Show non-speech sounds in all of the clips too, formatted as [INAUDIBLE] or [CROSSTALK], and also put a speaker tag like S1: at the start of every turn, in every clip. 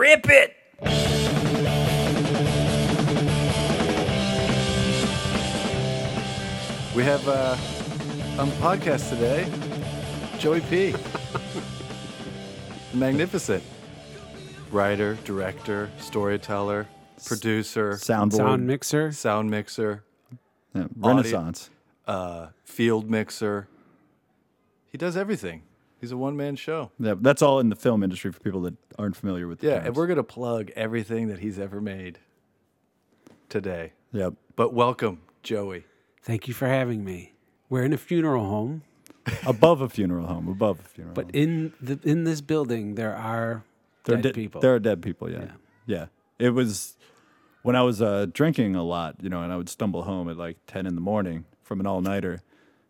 S1: Rip it.
S2: We have uh, on the podcast today Joey P. Magnificent. Writer, director, storyteller, producer,
S3: Soundboard.
S4: Sound mixer.
S2: sound mixer,
S3: Yeah, Renaissance.
S2: uh, field mixer. He does everything. He's a one man show.
S3: Yeah, that's all in the film industry for people that aren't familiar with. The
S2: Yeah,
S3: terms.
S2: and we're going to plug everything that he's ever made today.
S3: Yep.
S2: But welcome, Joey.
S4: Thank you for having me. We're in a funeral home,
S3: above a funeral home. Above a funeral.
S4: but
S3: home.
S4: in the in this building there are
S3: Oh. There are
S4: dead
S3: dead-
S4: people.
S3: There are dead people. Yeah. yeah, It was when I was uh, drinking a lot, you know, and I would stumble home at like ten in the morning from an all nighter.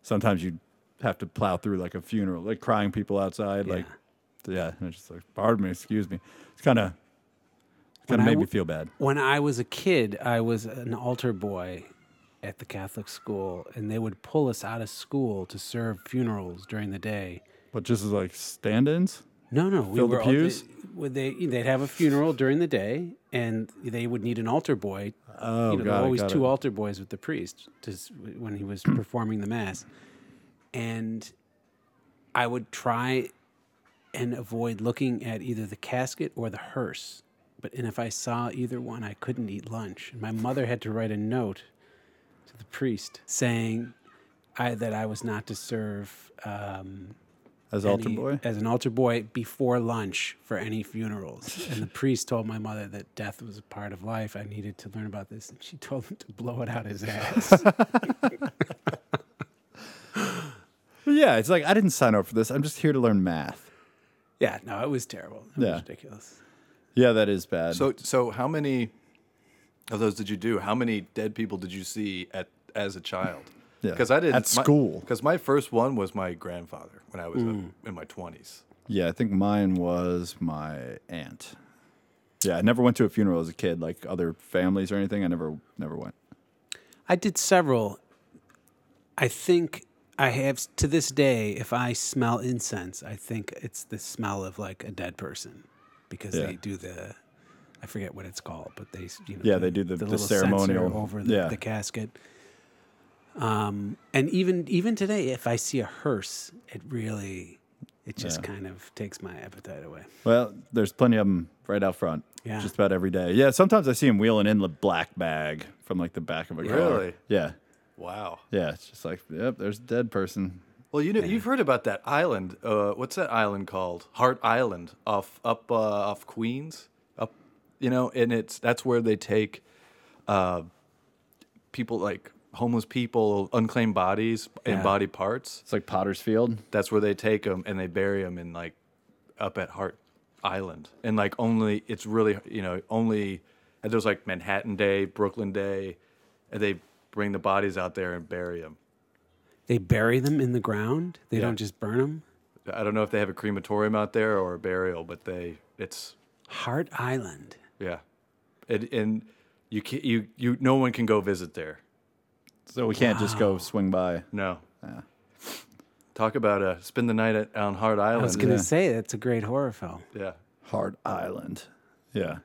S3: Sometimes you have to plow through like a funeral, like crying people outside, like yeah, and it's just like pardon me, excuse me. It's kind of
S4: When
S3: kind
S4: I
S3: of made
S4: w-
S3: me feel bad.
S4: When I was a kid, I was an altar boy at the Catholic school, and they would pull us out of school to serve funerals during the day.
S3: But just as like stand-ins.
S4: No, no, we
S3: Fill the
S4: were all-
S3: pews?
S4: They, would they they'd have a funeral during the day, and they would need an altar boy.
S3: Oh,
S4: you know, there
S3: got
S4: were
S3: it,
S4: always
S3: got
S4: two
S3: it.
S4: altar boys with the priest to, s- when he was performing the mass, and I would try and avoid looking at either the casket or the hearse. But and if I saw either one, I couldn't eat lunch. And my mother had to write a note to the priest saying I, that I was not to serve. Um,
S3: As altar
S4: any-
S3: boy.
S4: as an altar boy before lunch for any funerals. and the priest told my mother that death was a part of life. I needed to learn about this, and she [LAUGHS] told him to blow it out his
S3: [LAUGHS]
S4: ass.
S3: Yeah, it's like I didn't sign up for this. I'm just here to learn math.
S4: yeah, no, it was terrible. It was
S3: Yeah.
S4: ridiculous.
S3: Yeah, that is bad.
S2: So, so how many of those did you do? How many dead people did you see at as a child?
S3: Yeah,
S2: Because I did
S3: at school.
S2: Because my first one was my grandfather when I was uh, in my twenties.
S3: Yeah, I think mine was my aunt. Yeah, I never went to a funeral as a kid, like other families or anything. I never, never went.
S4: I did several. I think I have to this day. If I smell incense, I think it's the smell of like a dead person, because
S3: Yeah.
S4: they do the. I forget what it's called, but they you know,
S3: Yeah, they do the- the
S4: little sensor
S3: ceremonial-
S4: over the,
S3: yeah.
S4: the casket. Um, and even even today, if I see a hearse, it really it just kind of takes my appetite away.
S3: Well, there's plenty of them right out front.
S4: Yeah.
S3: just about every day. Yeah, sometimes I see them wheeling in the black bag from like the back of a car.
S2: Really?
S3: Yeah,
S2: Wow.
S3: yeah. It's just like, yep, there's a dead person.
S2: Well, you know, you've heard about that island. Uh, what's that island called? Hart Island, off up uh, off Queens, up. You know, and it's that's where they take uh, people like homeless people, unclaimed bodies and body parts.
S3: It's like Potter's Field.
S2: That's where they take them and they bury them in like up at Hart Island. And like only it's really you know only and there's like Manhattan Day, Brooklyn Day, and they bring the bodies out there and bury them.
S4: They bury them in the ground. They
S2: Yeah.
S4: don't just burn them.
S2: I don't know if they have a crematorium out there or a burial, but they it's
S4: Heart Island.
S2: yeah, it, and you can you you no one can go visit there.
S3: So we can't just go swing by.
S2: No. Talk about uh, spend the night at, on Hard Island.
S4: I was going to say it's a great horror film.
S2: yeah.
S3: Hard Island. Yeah.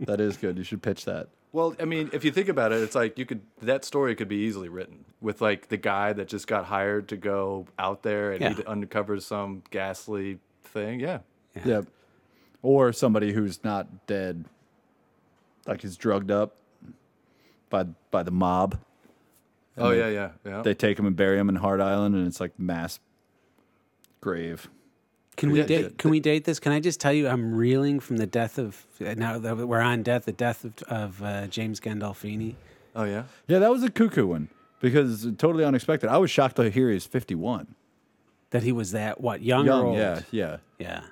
S3: that is good. You should pitch that.
S2: Well, I mean, if you think about it, it's like you could that story could be easily written with like the guy that just got hired to go out there and he
S4: Yeah.
S2: uncovers some ghastly thing. Yeah.
S3: Yep. Or somebody who's not dead, like is drugged up by by the mob.
S2: oh yeah, yeah, yeah.
S3: They take him and bury him in Hard Island, and it's like mass grave.
S4: Can we
S2: Yeah,
S4: date?
S2: yeah.
S4: Can we date this? Can I just tell you, I'm reeling from the death of now that we're on death, the death of, of uh, James Gandolfini.
S2: oh yeah.
S3: Yeah, that was a cuckoo one because totally unexpected. I was shocked to hear he's fifty one.
S4: That he was that what young, or
S3: Young,
S4: old?
S3: yeah, yeah.
S4: yeah.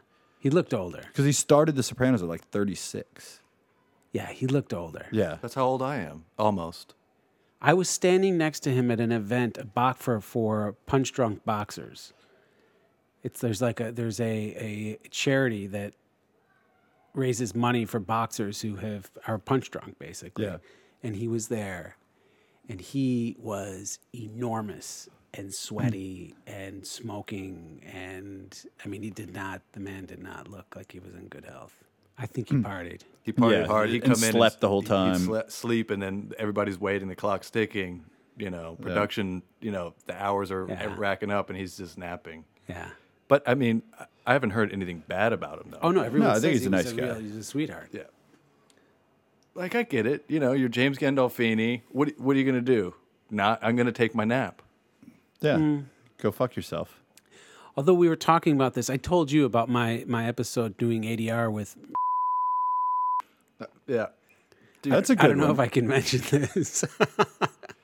S4: He looked older.
S3: Because he started The Sopranos at like thirty six.
S4: Yeah, he looked older.
S3: Yeah,
S2: That's how old I am. Almost.
S4: I was standing next to him at an event, a box for for punch drunk boxers. It's there's like a there's a a charity that raises money for boxers who have are punch drunk basically.
S3: Yeah.
S4: And he was there, and he was enormous, and sweaty and smoking and I mean he did not the man did not look like he was in good health. I think he
S3: Hmm.
S4: partied.
S2: He partied
S3: Yeah,
S2: hard. He
S3: and
S2: come in
S3: slept
S2: s-
S3: the whole
S2: he'd
S3: time.
S2: sle- sleep, and then everybody's waiting. The clock's ticking. You know, production. You know, the hours are
S4: Yeah.
S2: racking up, and he's just napping.
S4: Yeah.
S2: But I mean, I- I haven't heard anything bad about him though.
S4: Oh no, everyone
S3: No, I
S4: says
S3: think he's
S4: he
S3: a
S4: was
S3: nice
S4: real-
S3: guy.
S4: he's a sweetheart.
S2: Yeah. Like I get it. You know, you're James Gandolfini. What What are you gonna do? Not. I'm gonna take my nap.
S3: Yeah. Go fuck yourself.
S4: Although we were talking about this, I told you about my my episode doing ADR with
S2: Uh, Yeah. Dude,
S3: That's a good
S4: I don't know
S3: one.
S4: if I can [LAUGHS] mention this.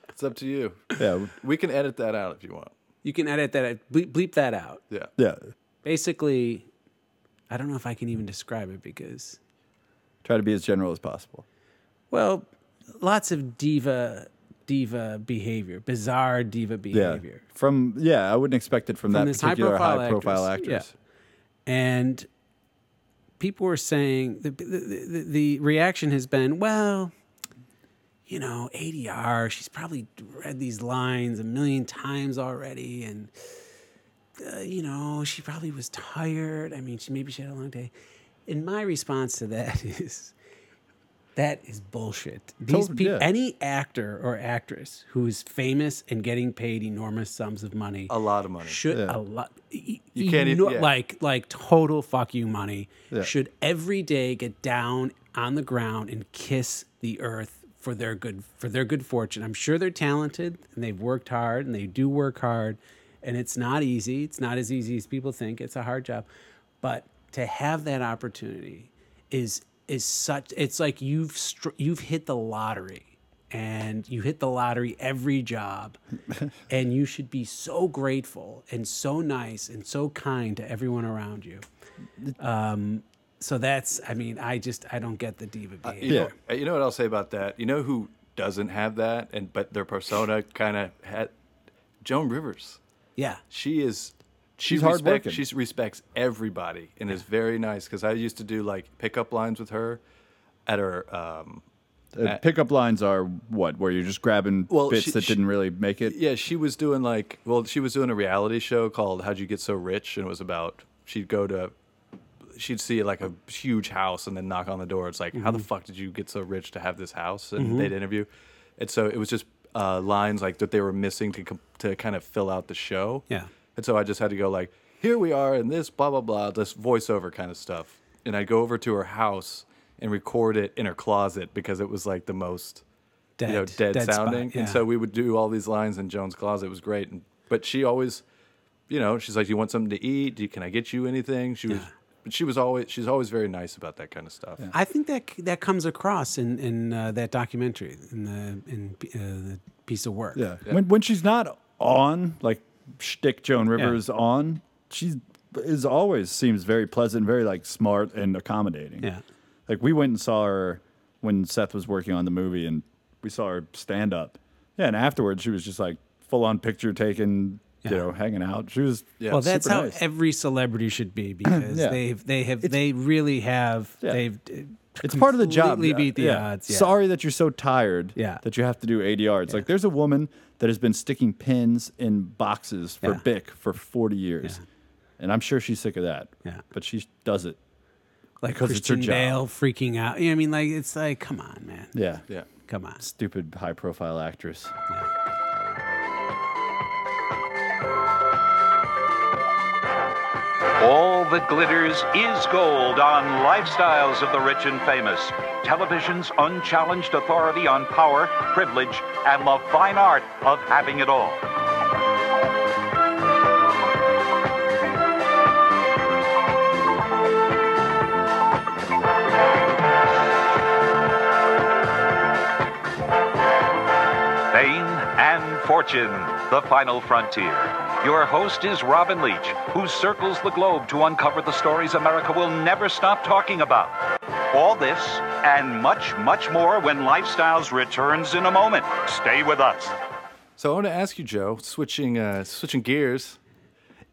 S2: it's up to you.
S3: yeah.
S2: We can edit that out if you want.
S4: you can edit that bleep, bleep that out.
S2: Yeah.
S3: Yeah.
S4: Basically, I don't know if I can even describe it because
S3: Try to be as general as possible.
S4: Well, lots of diva diva behavior, bizarre diva
S3: Yeah.
S4: behavior.
S3: From yeah, I wouldn't expect it from, that
S4: this
S3: particular
S4: high-profile
S3: high profile
S4: actress.
S3: actress.
S4: Yeah. And people were saying the the, the the reaction has been, well, you know, ADR, she's probably read these lines a million times already and uh, you know, she probably was tired. I mean, she maybe she had a long day. And my response to that [LAUGHS] is that is bullshit. These
S3: Tot-
S4: people,
S3: yeah.
S4: any actor or actress who is famous and getting paid enormous sums of money,
S2: A lot of money.
S4: should a lot you
S2: can't e- yeah.
S4: like like total fuck you money
S3: Yeah.
S4: should every day get down on the ground and kiss the earth for their good for their good fortune. I'm sure they're talented and they've worked hard and they do work hard and it's not easy. It's not as easy as people think. It's a hard job. But to have that opportunity is is such it's like you've str- you've hit the lottery and you hit the lottery
S3: [LAUGHS]
S4: every job and you should be so grateful and so nice and so kind to everyone around you um, so that's i mean i just i don't get the diva
S3: Uh,
S2: You,
S4: behavior
S2: know, uh, you know what I'll say about that? You know who doesn't have that, and but their persona kind of had Joan Rivers.
S4: yeah,
S2: She is. She
S3: She's
S2: respects.
S3: hardworking.
S2: She respects everybody and is very nice. Because I used to do like pickup lines with her at her. Um,
S3: Uh, pickup lines are what? Where you're just grabbing
S2: Well,
S3: bits
S2: she-
S3: that
S2: she-
S3: didn't really make it.
S2: yeah, she was doing like. Well, she was doing a reality show called "How'd You Get So Rich," and it was about she'd go to. She'd see like a huge house and then knock on the door. It's like, how the fuck did you get so rich to have this house? And they'd interview, and so it was just uh, lines like that they were missing to com- to kind of fill out the show.
S4: Yeah.
S2: And so I just had to go like, here we are in this blah blah blah, this voiceover kind of stuff. And I'd go over to her house and record it in her closet because it was like the most
S4: dead,
S2: you know dead,
S4: spot,
S2: sounding.
S4: yeah.
S2: And so we would do all these lines in Joan's closet. It was great. And, but she always, you know, she's like, "Do you want something to eat? Do you, can I get you anything?" She was, but she was always she's always very nice about that kind of stuff.
S4: i think that that comes across in in uh, that documentary in the in uh, the piece of work
S3: Yeah. When when she's not on, like shtick Joan Rivers on, she's is always seems very pleasant, very like smart and accommodating.
S4: Yeah.
S3: Like we went and saw her when Seth was working on the movie and we saw her stand up. Yeah, and afterwards she was just like full on picture taking, you know, hanging out. She was
S2: Yeah.
S4: Well, that's
S3: super
S4: how
S3: nice.
S4: every celebrity should
S3: [CLEARS THROAT]
S4: be because
S3: Yeah.
S4: they've they have they really have
S3: Yeah.
S4: they've uh,
S3: It's part of the job.
S4: completely
S3: Yeah,
S4: beat the
S3: yeah.
S4: odds. Yeah.
S3: Sorry that you're so tired
S4: Yeah.
S3: that you have to do ADR. It's like there's a woman that has been sticking pins in boxes for
S4: Yeah.
S3: Bic for 40 years. And I'm sure she's sick of that.
S4: Yeah.
S3: But she does it.
S4: like
S3: because it's her
S4: Christian
S3: job.
S4: Bale freaking out. You know what I mean, like it's like, come on, man,
S3: Yeah.
S2: Yeah.
S4: come on.
S3: Stupid high profile actress.
S5: All that glitters is gold on Lifestyles of the Rich and Famous. Television's unchallenged authority on power, privilege, and the fine art of having it all. Fame and fortune, the final frontier. Your host is Robin Leach, who circles the globe to uncover the stories America will never stop talking about. All this and much, much more when Lifestyles returns in a moment. Stay with us.
S2: So I want to ask you, Joe, switching uh, switching gears,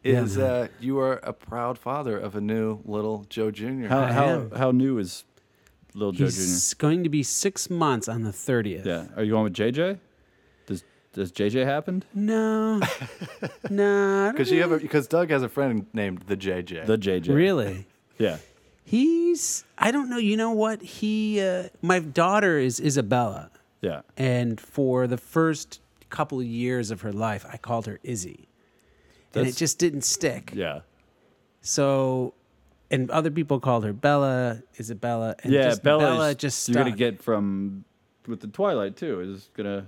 S2: is uh, you are a proud father of a new little Joe Junior.
S3: How, how,
S4: am.
S3: how new is Lil Joe Jr.?
S4: He's going to be six months on the thirtieth.
S3: Yeah. Are you going with JJ? Does
S6: Does JJ happened? [LAUGHS]
S4: No, no.
S2: Because you have because Doug has a friend named the JJ.
S6: The JJ.
S4: really.
S6: Yeah.
S4: He's I don't know. You know what? He uh, my daughter is Isabella,
S6: Yeah.
S4: and for the first couple of years of her life, I called her Izzy, and it
S6: That's-
S4: just didn't stick.
S6: Yeah.
S4: So, and other people called her Bella, Isabella, and
S6: Yeah.
S4: just
S6: Bella,
S4: Bella,
S6: is-
S4: just stuck.
S6: you're gonna get from with the Twilight too. Is gonna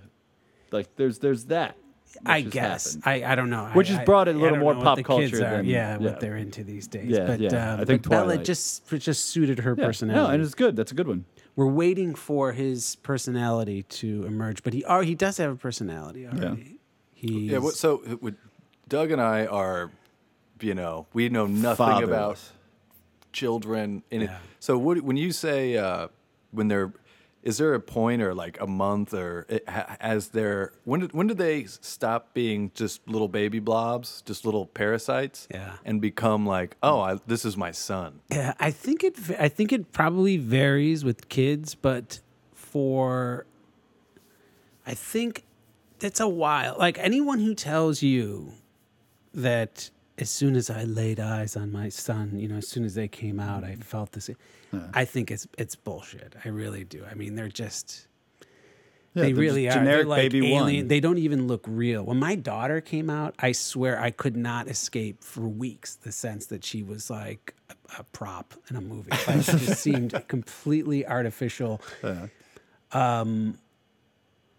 S6: like there's there's that.
S4: I
S6: which has
S4: guess
S6: happened.
S4: I, I don't know.
S6: Which
S4: I-
S6: has
S4: I-
S6: brought it a
S4: I
S6: little
S4: don't
S6: more
S4: know what
S6: pop
S4: the
S6: culture
S4: kids are,
S6: than- yeah.
S4: yeah, what they're into these days.
S6: Yeah,
S4: but
S6: yeah.
S4: Um,
S6: I think
S4: but Bella
S6: Twilight.
S4: just it just suited her
S6: Yeah.
S4: personality.
S6: No, and it's good. That's a good one.
S4: We're waiting for his personality to emerge, but he are he does have a personality already. He's
S2: yeah. What, so it would- Doug and I are, you know, we know nothing about
S6: Fatherless.
S2: children. In it.
S4: Yeah.
S2: So what, when you say uh, when they're, is there a point or like a month or it, ha- as they're when did when did they stop being just little baby blobs, just little parasites,
S4: Yeah.
S2: and become like, oh, I, this is my son.
S4: Yeah, I think it. v- I think it probably varies with kids, but for, I think that's a while. Like anyone who tells you that as soon as I laid eyes on my son, you know, as soon as they came out,
S6: Mm-hmm.
S4: I felt this. I think it's it's bullshit. I really do. I mean, they're just. they
S6: they're
S4: really
S6: just
S4: are. They're
S6: generic
S4: like
S6: baby
S4: alien.
S6: one.
S4: They don't even look real. When my daughter came out, I swear I could not escape for weeks the sense that she was like a, a prop in a movie. Like,
S6: [LAUGHS]
S4: she just seemed completely artificial. Um,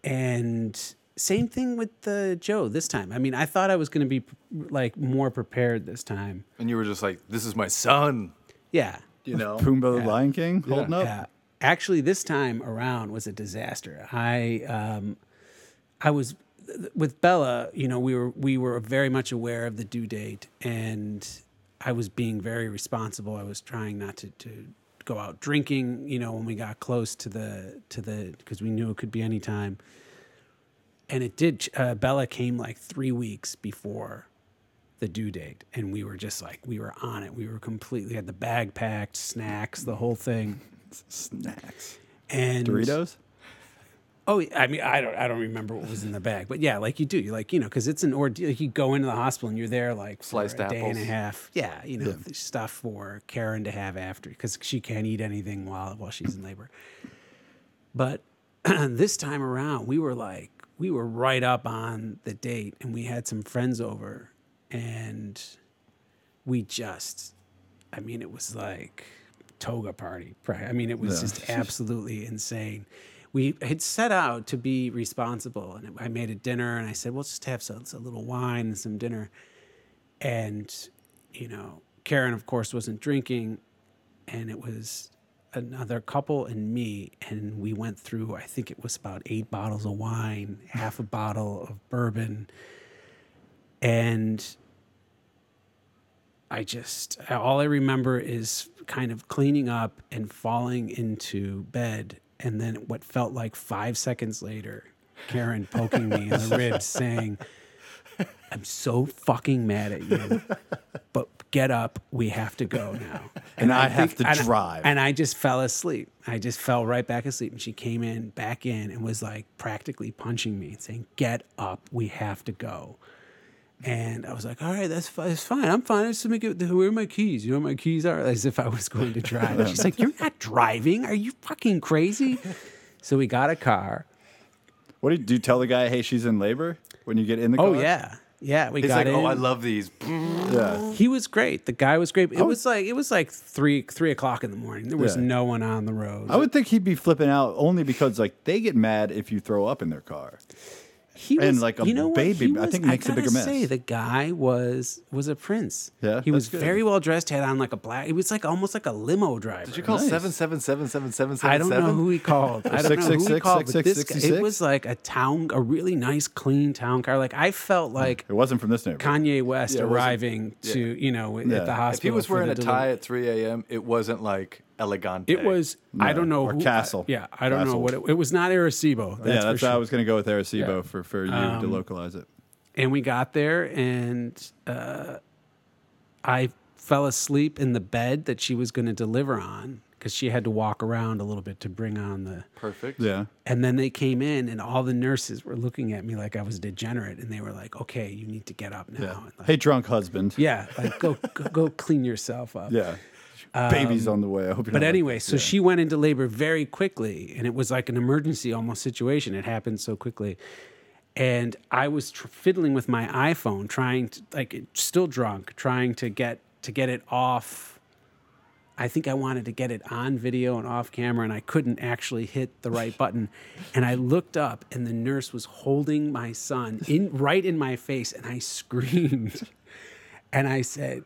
S4: and same thing with the Joe this time. I mean, I thought I was going to be like more prepared this time.
S2: And you were just like, this is my son.
S4: Yeah. [LAUGHS]
S2: You know,
S6: Pumbaa the Lion King holding
S3: Oh.
S6: up.
S4: Yeah. Actually, this time around was a disaster. I um, I was with Bella. You know, we were we were very much aware of the due date, and I was being very responsible. I was trying not to to go out drinking. You know, when we got close to the to the because we knew it could be any time, and it did. Uh, Bella came like three weeks before the due date and we were just like we were on it we were completely had the bag packed snacks the whole thing
S6: [LAUGHS] Snacks.
S4: and
S6: Doritos.
S4: oh i mean i don't i don't remember what was in the bag but yeah like you do you like you know because it's an ordeal you go into the hospital and you're there like for
S2: Sliced
S4: a day and a
S2: apples.
S4: half yeah you know th- stuff for karen to have after because she can't eat anything while while she's in labor but [CLEARS THROAT] this time around we were like we were right up on the date and we had some friends over and we just I mean, it was like toga party. pri- I mean, it was just absolutely insane. We had set out to be responsible, and I made a dinner, and I said, "We'll just have some, a little wine and some dinner." And you know, Karen, of course, wasn't drinking, and it was another couple and me, and we went through. I think it was about eight bottles of wine, half a bottle of bourbon, and I just all I remember is kind of cleaning up and falling into bed, and then what felt like five seconds later, Karen poking me in the ribs, saying, "I'm so fucking mad at
S6: [LAUGHS]
S4: you, but get up, we have to go now."
S6: And I have to
S4: and I-
S6: drive.
S4: and I just fell asleep. I just fell right back asleep, and she came in, back in, and was like practically punching me and saying, "Get up, we have to go." And I was like, all right, that's, fi- that's fine. I'm fine. I just make it, where are my keys? You know where my keys are? As if I was going to drive. She's like, you're not driving. Are you fucking crazy? So we got a car.
S6: What do you, do you tell the guy? Hey, she's in labor. When you get in the
S4: Oh,
S6: car.
S4: yeah. Yeah. We
S2: He's
S4: got
S2: like,
S4: in.
S2: oh, I love these.
S6: Yeah.
S4: he was great. The guy was great. It
S6: would-
S4: was like, it was like three, three o'clock in the morning. There was
S6: Oh. Yeah. Oh.
S4: no one on the road.
S6: I would think he'd be flipping out only because like they get mad if you throw up in their car.
S4: he
S6: and
S4: was
S6: like a
S4: you know what?
S6: baby,
S4: He
S6: I
S4: was-
S6: think makes a
S4: gotta
S6: bigger mess.
S4: Say the guy was was a prince.
S6: Yeah,
S4: he was
S6: that's good.
S4: very well dressed. Had on like a black. It was like almost like a limo driver.
S2: Did you call
S6: Nice.
S2: seven seven seven seven seven seven?
S4: I don't know who
S6: [LAUGHS]
S4: he called. I don't know who he
S6: 666,
S4: called. But this guy,
S6: 666?
S4: it was like a town, a really nice, clean town car. Like I felt like
S6: [LAUGHS] It wasn't from this neighborhood.
S4: Kanye West
S2: Yeah, it wasn't-
S4: arriving to you know at
S6: Yeah.
S4: the
S6: If he
S4: hospital.
S2: If he was
S4: for
S2: wearing
S4: the
S2: a
S4: delivery.
S2: tie at 3 a.m., it wasn't like elegant.
S4: it was I don't know
S6: or
S4: who,
S6: Castle.
S4: yeah, I don't know
S6: Castle.
S4: what it, it was. Not Arecibo. That's
S6: yeah, that's
S4: for
S6: how I
S4: sure. Um,
S6: was going to go with Arecibo for for you to localize it.
S4: and we got there and uh, I fell asleep in the bed that she was going to deliver on because she had to walk around a little bit to bring on the.
S2: Perfect.
S6: Yeah.
S4: And then they came in, and all the nurses were looking at me like I was a degenerate, and they were like, "Okay, you need to get up now." oh, And like,
S6: Hey, drunk husband.
S4: yeah, like go, go go clean yourself up.
S6: Yeah. Baby's on the way. I hope. You're
S4: Um, But
S6: not-
S4: anyway, so she went into labor very quickly, and it was like an emergency almost situation. It happened so quickly, and I was tr- fiddling with my iPhone, trying to like still drunk, trying to get to get it off. I think I wanted to get it on video and off camera, and I couldn't actually hit the
S2: [LAUGHS]
S4: right button. And I looked up, and the nurse was holding my son in right in my face, and I [LAUGHS] screamed. And I said,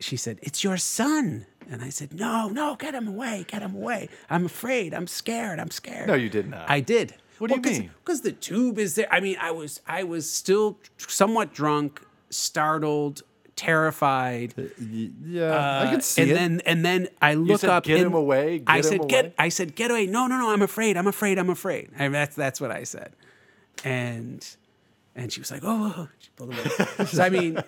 S4: she said, it's your son. And I said, no, no, get him away, get him away. I'm afraid, I'm scared, I'm scared.
S2: No, you did not.
S4: I did.
S2: What do you mean?
S4: Because the tube is there. I mean, I was, I was still somewhat drunk, startled, terrified.
S6: Yeah, I can see
S4: Uh, and
S6: it.
S4: then, and then I look
S2: said,
S4: up.
S2: "Get
S4: and-
S2: him away, get
S4: I
S2: him
S4: said,
S2: away."
S4: get. I said, get away. No, no, no. I'm afraid. I'm afraid. I'm afraid. I that's that's what I said. And and she was like, oh, oh," she
S2: [LAUGHS]
S4: pulled away. so I mean,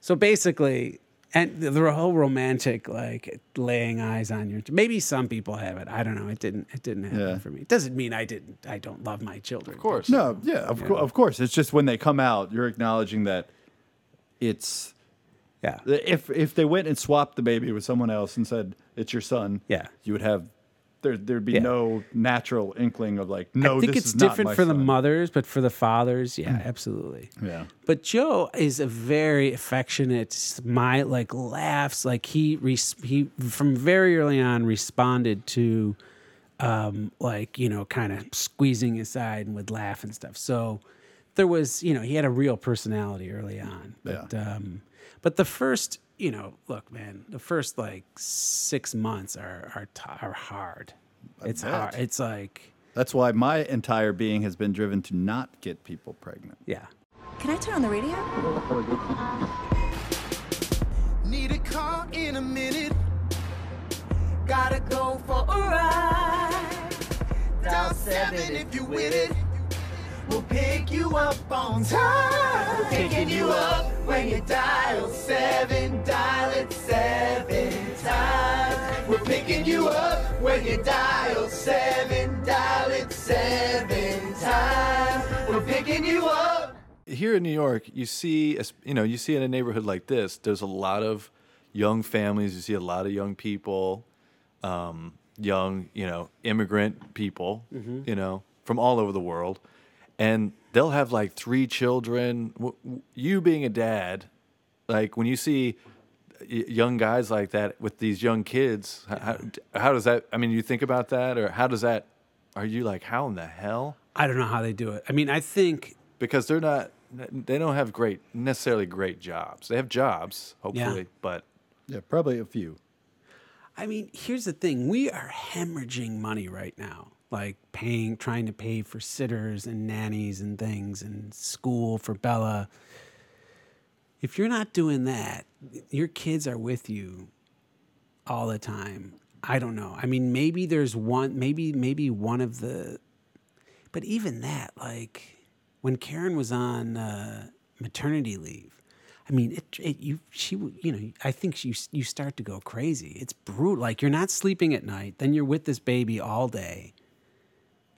S4: so basically, and the, the whole romantic like laying eyes on your. Maybe some people have it. I don't know. It didn't. It didn't happen
S6: Yeah.
S4: for me. It doesn't mean I didn't. I don't love my children.
S2: Of course.
S6: no, yeah, of, cour- of course. It's just when they come out, you're acknowledging that it's
S4: Yeah.
S6: if if they went and swapped the baby with someone else and said it's your son.
S4: Yeah.
S6: you would have there there'd be no natural inkling of like no.
S4: I think
S6: this
S4: it's
S6: is not
S4: different
S6: my
S4: for the
S6: son. Hmm.
S4: mothers, but for the fathers, yeah, absolutely.
S6: Yeah.
S4: But Joe is a very affectionate, smile, like laughs, like he res- he from very early on responded to, um, like you know, kind of squeezing his side and would laugh and stuff. So there was, you know, he had a real personality early on. But, um, but the first, you know, look, man, the first like six months are are t- are hard. it's
S6: bet.
S4: hard. It's like.
S6: That's why my entire being has been driven to not get people pregnant.
S4: Yeah.
S3: Can I turn on the radio?
S1: Need a car in a minute. Gotta go for a ride. Dial seven if you with it. We'll pick you up on time. Picking you up when you dial seven. Dial it seven times. We're picking you up when you dial seven. Dial it seven times. We're picking you up.
S2: here in New York, you see, as- you know, you see in a neighborhood like this, there's a lot of young families. You see a lot of young people, um, young, you know, immigrant people, you know, from all over the world, and they'll have like three children. W- w- You being a dad, like when you see y- young guys like that with these young kids, h- how, how does that? I mean, you think about that, or how does that? Are you like, how in the hell?
S4: I don't know how they do it. I mean, I think
S2: because they're not they don't have great necessarily great jobs. They have jobs, hopefully, but
S6: Yeah, probably a few.
S4: I mean, here's the thing. We are hemorrhaging money right now. Like paying trying to pay for sitters and nannies and things and school for Bella. If you're not doing that, your kids are with you all the time. I don't know. I mean, maybe there's one maybe maybe one of the but even that like when Karen was on uh, maternity leave, I mean, it, it you she w- you know I think you you start to go crazy. It's brutal. Like you're not sleeping at night, then you're with this baby all day.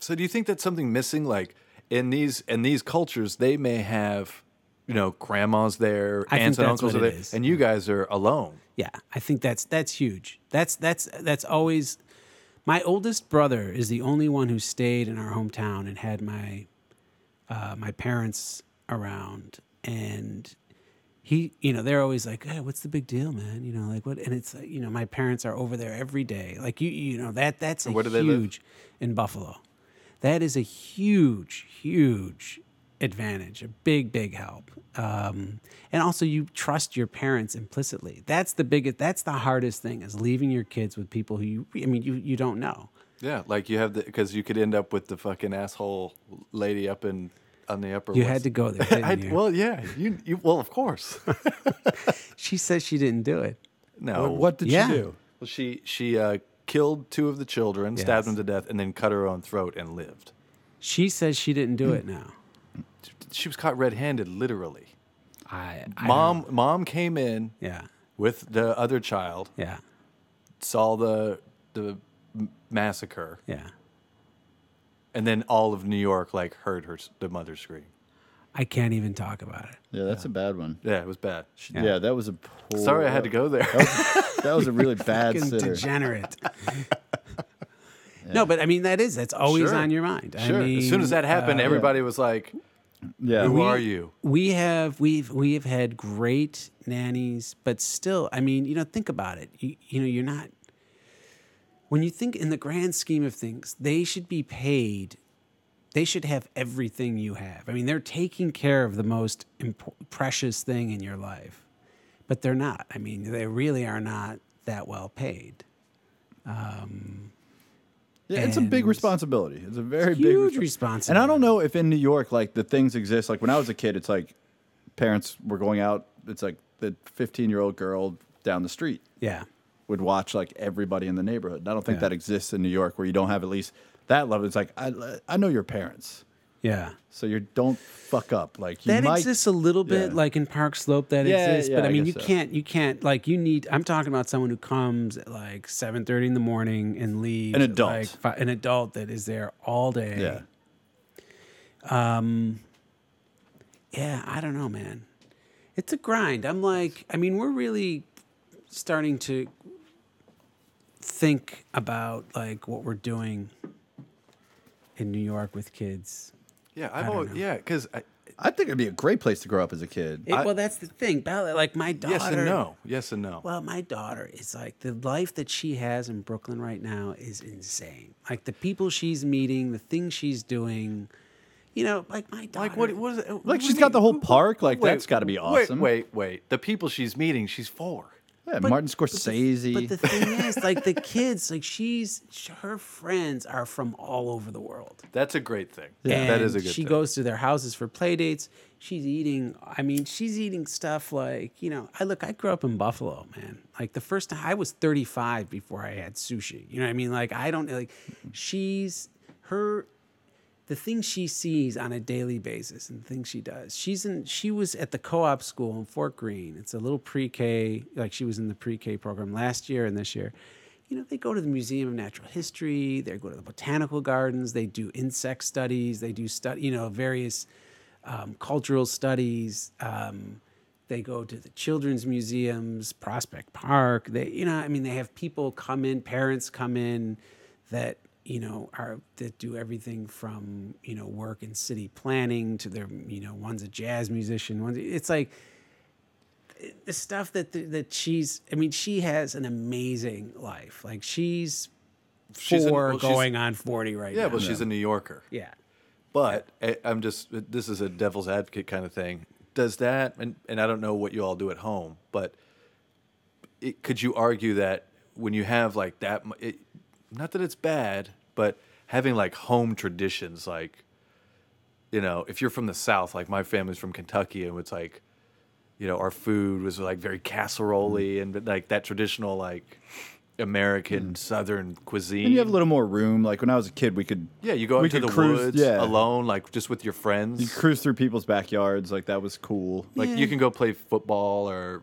S2: so do you think that's something missing like in these in these cultures they may have you know grandmas there,
S4: I think
S2: aunts and
S4: that's
S2: uncles are
S4: what it
S2: there
S4: is. Mm-hmm.
S2: and you guys are alone.
S4: Yeah, I think that's that's huge. That's that's that's always my oldest brother is the only one who stayed in our hometown and had my uh, my parents around and he you know they're always like hey, what's the big deal man you know like what and it's like you know my parents are over there every day like you you know that that's a
S2: where do they live?
S4: huge in buffalo that is a huge huge advantage a big big help um, and also you trust your parents implicitly that's the biggest that's the hardest thing is leaving your kids with people who you i mean you you don't know
S2: Yeah, like you have the cuz you could end up with the fucking asshole lady up in on the upper
S4: you
S2: West-
S4: had to go there
S2: [LAUGHS]
S4: didn't
S2: I,
S4: you?
S2: well, yeah, you, you well, of
S4: [LAUGHS]
S2: course.
S4: she says she didn't do it
S2: no.
S6: What, what did
S4: Yeah.
S6: you do?
S2: Well, she she uh, killed two of the children, stabbed them to death and then cut her own throat and lived.
S4: she says she didn't
S2: Hmm.
S4: do it now
S2: She was caught red-handed literally.
S4: i, I
S2: mom mom came in
S4: yeah
S2: with the other child
S4: yeah
S2: saw the the m- massacre,
S4: Yeah.
S2: and then all of New York like heard her s- the mother scream.
S4: I can't even talk about it.
S3: Yeah, that's a bad one.
S2: Yeah, it was bad.
S3: Yeah. that was a poor.
S2: Sorry, I had to
S6: [LAUGHS]
S2: go there.
S3: That was a really bad
S4: Fucking
S3: sitter.
S4: degenerate. No, but I mean that is that's
S2: [LAUGHS]
S4: always
S2: Sure.
S4: on your mind. I
S3: Sure.
S4: mean,
S2: as soon as that happened, everybody was like,
S3: uh, Yeah,
S2: Who are you?
S4: we have we've we have had great nannies, but still, I mean, you know, think about it. You, you know, you're not when you think in the grand scheme of things, they should be paid. They should have everything you have. I mean, they're taking care of the most imp- precious thing in your life, but they're not. I mean, they really are not that well paid.
S3: yeah, it's a big
S4: And-
S3: responsibility. It's a very
S4: It's
S3: big
S4: huge
S3: respons-
S4: responsibility.
S3: And I don't know if in New York, like the things exist. Like when I was a kid, it's like parents were going out. It's like the 15 year old girl down the street
S4: Yeah.
S3: would watch like everybody in the neighborhood. And I don't think
S4: Yeah.
S3: that exists in New York where you don't have at least that level. It's like I, I know your parents,
S4: Yeah.
S3: so you don't fuck up. Like you
S4: that
S3: might,
S4: exists a little bit
S3: yeah.
S4: like in park slope that
S3: Yeah,
S4: exists
S3: yeah,
S4: but i
S3: I
S4: mean you
S3: guess so.
S4: can't you can't like you need i'm talking about someone who comes at like 7.30 in the morning and leaves
S3: An
S4: at,
S3: adult.
S4: like, fi- an adult that is there all day
S3: Yeah,
S4: yeah i don't know man it's a grind i'm like i mean we're really starting to think about like what we're doing in new york with kids
S2: Yeah, I've always, yeah, uh, because
S3: I think it'd be a great place to grow up as a kid.
S4: It- well that's the thing Bella, like my daughter
S2: yes and no, yes and no.
S4: Well, my daughter is like the life that she has in Brooklyn right now is insane. Like the people she's meeting, the things she's doing. You know, like my daughter.
S2: like what? What is it? what
S3: Like
S2: do
S3: she's
S2: you
S3: got
S2: mean?
S3: the whole
S2: Who- who-
S3: park. Like
S2: wait,
S3: that's got to be
S2: wait,
S3: awesome.
S2: Wait, wait, The people she's meeting, she's four.
S3: yeah,
S4: but-
S3: Martin
S4: but the-
S3: Scorsese.
S4: But the
S2: [LAUGHS]
S4: thing is, like the kids, like she's her friends are from all over the world.
S2: That's a great thing. Yeah, that is a
S4: And
S2: good.
S4: She
S2: thing.
S4: goes to their houses for play dates. She's eating. I mean, she's eating stuff like you know. I look. I grew up in Buffalo, man. Like the first time I was 35 before I had sushi. You know what I mean? Like I don't like. She's her. The things she sees on a daily basis and the things she does. She's in. She was at the co-op school in Fort Greene. It's a little pre-K. Like she was in the pre-K program last year and this year you know, they go to the Museum of Natural History, they go to the botanical gardens, they do insect studies, they do study, you know, various um, cultural studies. Um, they go to the children's museums, Prospect Park. They, you know, I mean, they have people come in, parents come in that you know are that do everything from you know work in city planning to their you know one's a jazz musician. One's it's like the stuff that the, that she's I mean she has an amazing life. Like she's
S2: She's an-
S4: four
S2: well, she's-
S4: going on 40 right
S2: Yeah,
S4: now.
S2: well, she's a New Yorker.
S4: yeah.
S2: But I, I'm just eh, this is a devil's advocate kind of thing. Does that and, and I don't know what you all do at home, but it, could you argue that when you have like that, mu- it, not that it's bad, but having like home traditions, like you know, if you're from the South, like my family's from Kentucky, and it's like, you know, our food was like very
S3: Mm-hmm.
S2: casserole and like that traditional like American Southern cuisine.
S3: Mm. and you have a little more room. Like when I was a kid, we could
S2: Yeah, you go out
S3: we
S2: into
S3: could
S2: the
S3: cruise,
S2: woods
S3: yeah.
S2: alone, like just with your friends.
S3: You cruise through people's backyards. Like that was cool.
S2: like you can go play football or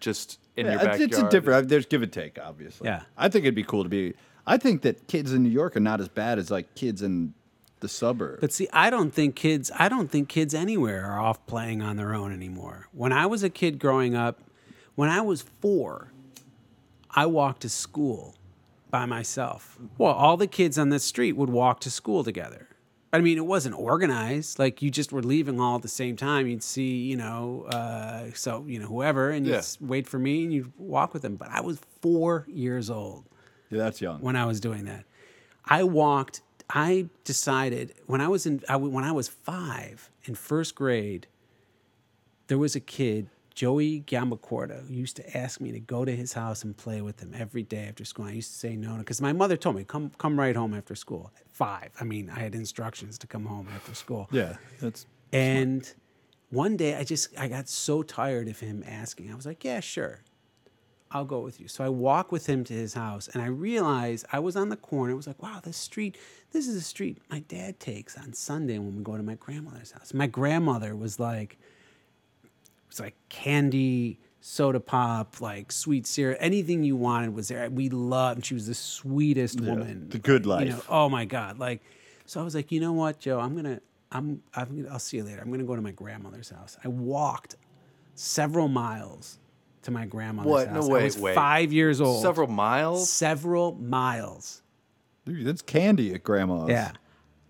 S2: just in your
S3: Yeah, it's-
S2: backyard.
S3: it's a different. There's give and take, obviously.
S4: Yeah.
S3: I think it'd be cool to be. I think that kids in New York are not as bad as like kids in the suburbs.
S4: But see, I don't think kids I don't think kids anywhere are off playing on their own anymore. When I was a kid growing up, when I was 4, I walked to school by myself. Well, all the kids on the street would walk to school together. I mean, it wasn't organized. Like you just were leaving all at the same time. You'd see, you know, uh, so you know whoever, and you'd
S2: Yeah.
S4: s- wait for me, and you'd walk with them. But I was four years old
S3: yeah, that's young.
S4: when I was doing that. I walked. I decided when I was in I, w- when I was five in first grade. There was a kid, Joey Gambacorda, who used to ask me to go to his house and play with him every day after school. I used to say no because my mother told me come come right home after school at five. I mean, I had instructions to come home after school.
S3: yeah, that's
S4: And one day I just I got so tired of him asking. I was like, "Yeah, sure. I'll go with you." So I walk with him to his house and I realized I was on the corner. I was like, "Wow, this street. This is a street my dad takes on Sunday when we go to my grandmother's house." My grandmother was like it was like candy soda pop, like sweet syrup, anything you wanted was there. We loved. She was the sweetest woman.
S7: the good
S4: like, you know,
S7: life.
S4: oh my god! Like, so I was like, you know what, Joe? I'm gonna, I'm, I'm gonna, I'll see you later. I'm gonna go to my grandmother's house. I walked several miles to my grandmother's
S2: What? No,
S4: house. I
S2: wait,
S4: was
S2: wait.
S4: five years old.
S2: Several miles.
S4: several miles.
S7: Dude, that's candy at grandma's.
S4: Yeah.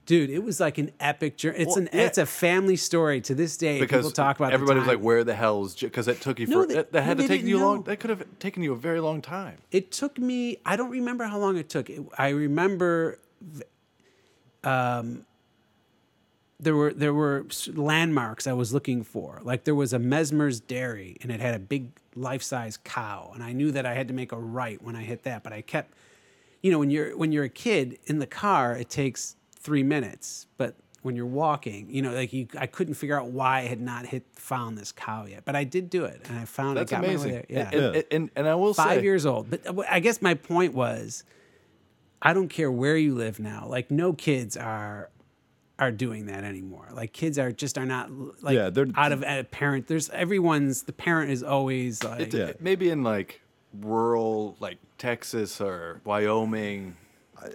S4: Dude, it was like an epic journey. It's
S2: Well,
S4: an
S2: yeah.
S4: it's a family story to this day.
S2: Because
S4: People talk about the
S2: everybody was
S4: time.
S2: like, "Where the hell is?" Because that took you
S4: No,
S2: for
S4: they-
S2: that, that had
S4: they
S2: to take
S4: didn't
S2: you long.
S4: know.
S2: That could have taken you a very long time.
S4: It took me. I don't remember how long it took. It, I remember, v- um, there were there were s- landmarks I was looking for. Like there was a Mesmer's Dairy, and it had a big life size cow, and I knew that I had to make a right when I hit that. But I kept, you know, when you're when you're a kid in the car, it takes three minutes, but when you're walking, you know, like you, I couldn't figure out why I had not hit found this cow yet, but I did do it, and I found
S2: That's
S4: I got
S2: amazing.
S4: my way there. Yeah,
S2: and, and, and, and I will
S4: five
S2: say,
S4: years old. But uh, I guess my point was, I don't care where you live now. Like no kids are are doing that anymore. Like kids are just are not like
S3: Yeah, they're-
S4: out of a parent. There's everyone's the parent is always like
S2: it- maybe in like rural, like Texas or Wyoming.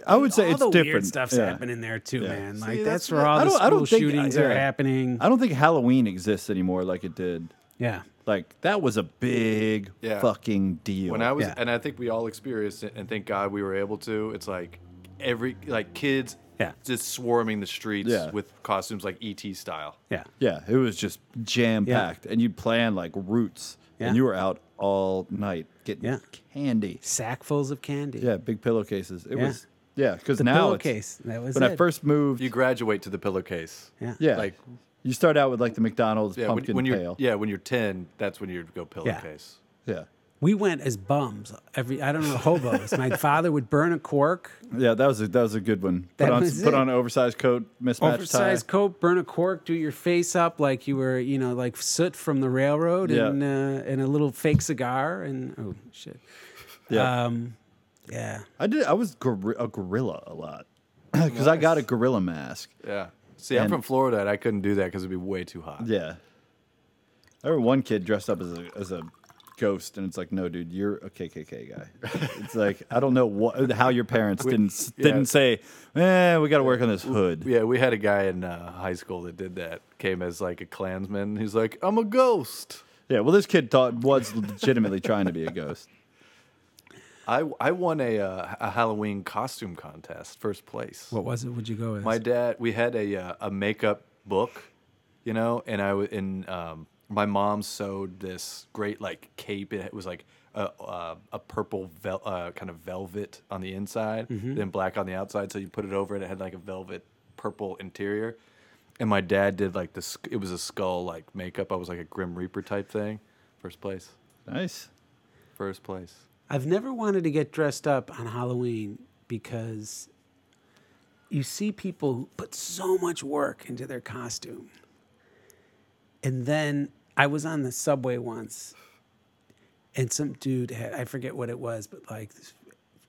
S3: I would say
S4: all
S3: it's
S4: the
S3: different.
S4: weird stuff's
S3: yeah.
S4: happening there too, man. Like
S2: See,
S4: that's,
S2: that's
S4: where
S2: what-
S4: all
S3: I
S4: the
S3: don't- I
S4: school
S3: don't think-
S4: shootings are
S3: yeah.
S4: happening.
S3: I don't think Halloween exists anymore like it did.
S4: Yeah.
S3: Like that was a big
S2: Yeah.
S3: fucking deal.
S2: When I was,
S4: Yeah.
S2: and I think we all experienced it, and thank God we were able to. It's like every like kids,
S4: Yeah.
S2: just swarming the streets
S3: Yeah.
S2: with costumes like ET style.
S4: Yeah.
S3: yeah, it was just jam packed, and you'd plan like routes,
S4: Yeah.
S3: and you were out all night getting
S4: Yeah.
S3: candy.
S4: Sackfuls of candy.
S3: Yeah, big pillowcases. It
S4: Yeah.
S3: was yeah, because
S4: The
S3: now it's-
S4: pillowcase. That was
S3: when
S4: it.
S3: I first moved,
S2: You graduate to the pillowcase.
S4: yeah.
S3: yeah,
S2: like-
S3: you start out with like the McDonald's
S2: Yeah, when,
S3: pumpkin
S2: when you're
S3: pail.
S2: yeah when you're ten, that's when you go pillowcase.
S3: yeah,
S4: We went as bums. Every I don't know hobos.
S3: [LAUGHS]
S4: My father would burn a cork.
S3: yeah, that was a, that was a good one.
S4: That
S3: put on
S4: was
S3: put
S4: it.
S3: on an oversized coat, mismatched
S4: oversized
S3: tie.
S4: coat, burn a cork, do your face up like you were, you know, like soot from the railroad,
S3: Yeah.
S4: and uh, and a little fake cigar, and oh shit,
S3: Yeah,
S4: um, yeah,
S3: I did. I was gor- a gorilla a lot [CLEARS THROAT] because I got a gorilla mask.
S2: Yeah. See, I'm
S3: And-
S2: from Florida, and I couldn't do that because it'd be way too hot.
S3: Yeah. I remember one kid dressed up as a, as a ghost, and it's like, no, dude, you're a KKK
S2: [LAUGHS]
S3: guy. it's like, I don't know what, how your parents didn't s
S2: yeah.
S3: didn't say, eh, we got to work on this hood.
S2: Yeah, we had a guy in uh, high school that did that. Came as like a Klansman. He's like, I'm a ghost.
S3: Yeah, well, this kid thought was legitimately trying to be a ghost.
S2: I, I won a, uh, a Halloween costume contest, first place.
S4: what was it? Would you go as?
S2: my dad, we had a, uh, a makeup book, you know, and I was in, um, my mom sewed this great like cape. It was like a, uh, a purple vel- uh, kind of velvet on the inside,
S4: Mm-hmm.
S2: then black on the outside. So you put it over and it had like a velvet purple interior. And my dad did like this, it was a skull like makeup. I was like a Grim Reaper type thing. First place.
S3: Nice.
S2: First place.
S4: I've never wanted to get dressed up on Halloween because you see people who put so much work into their costume. And then I was on the subway once and some dude had, I forget what it was, but like this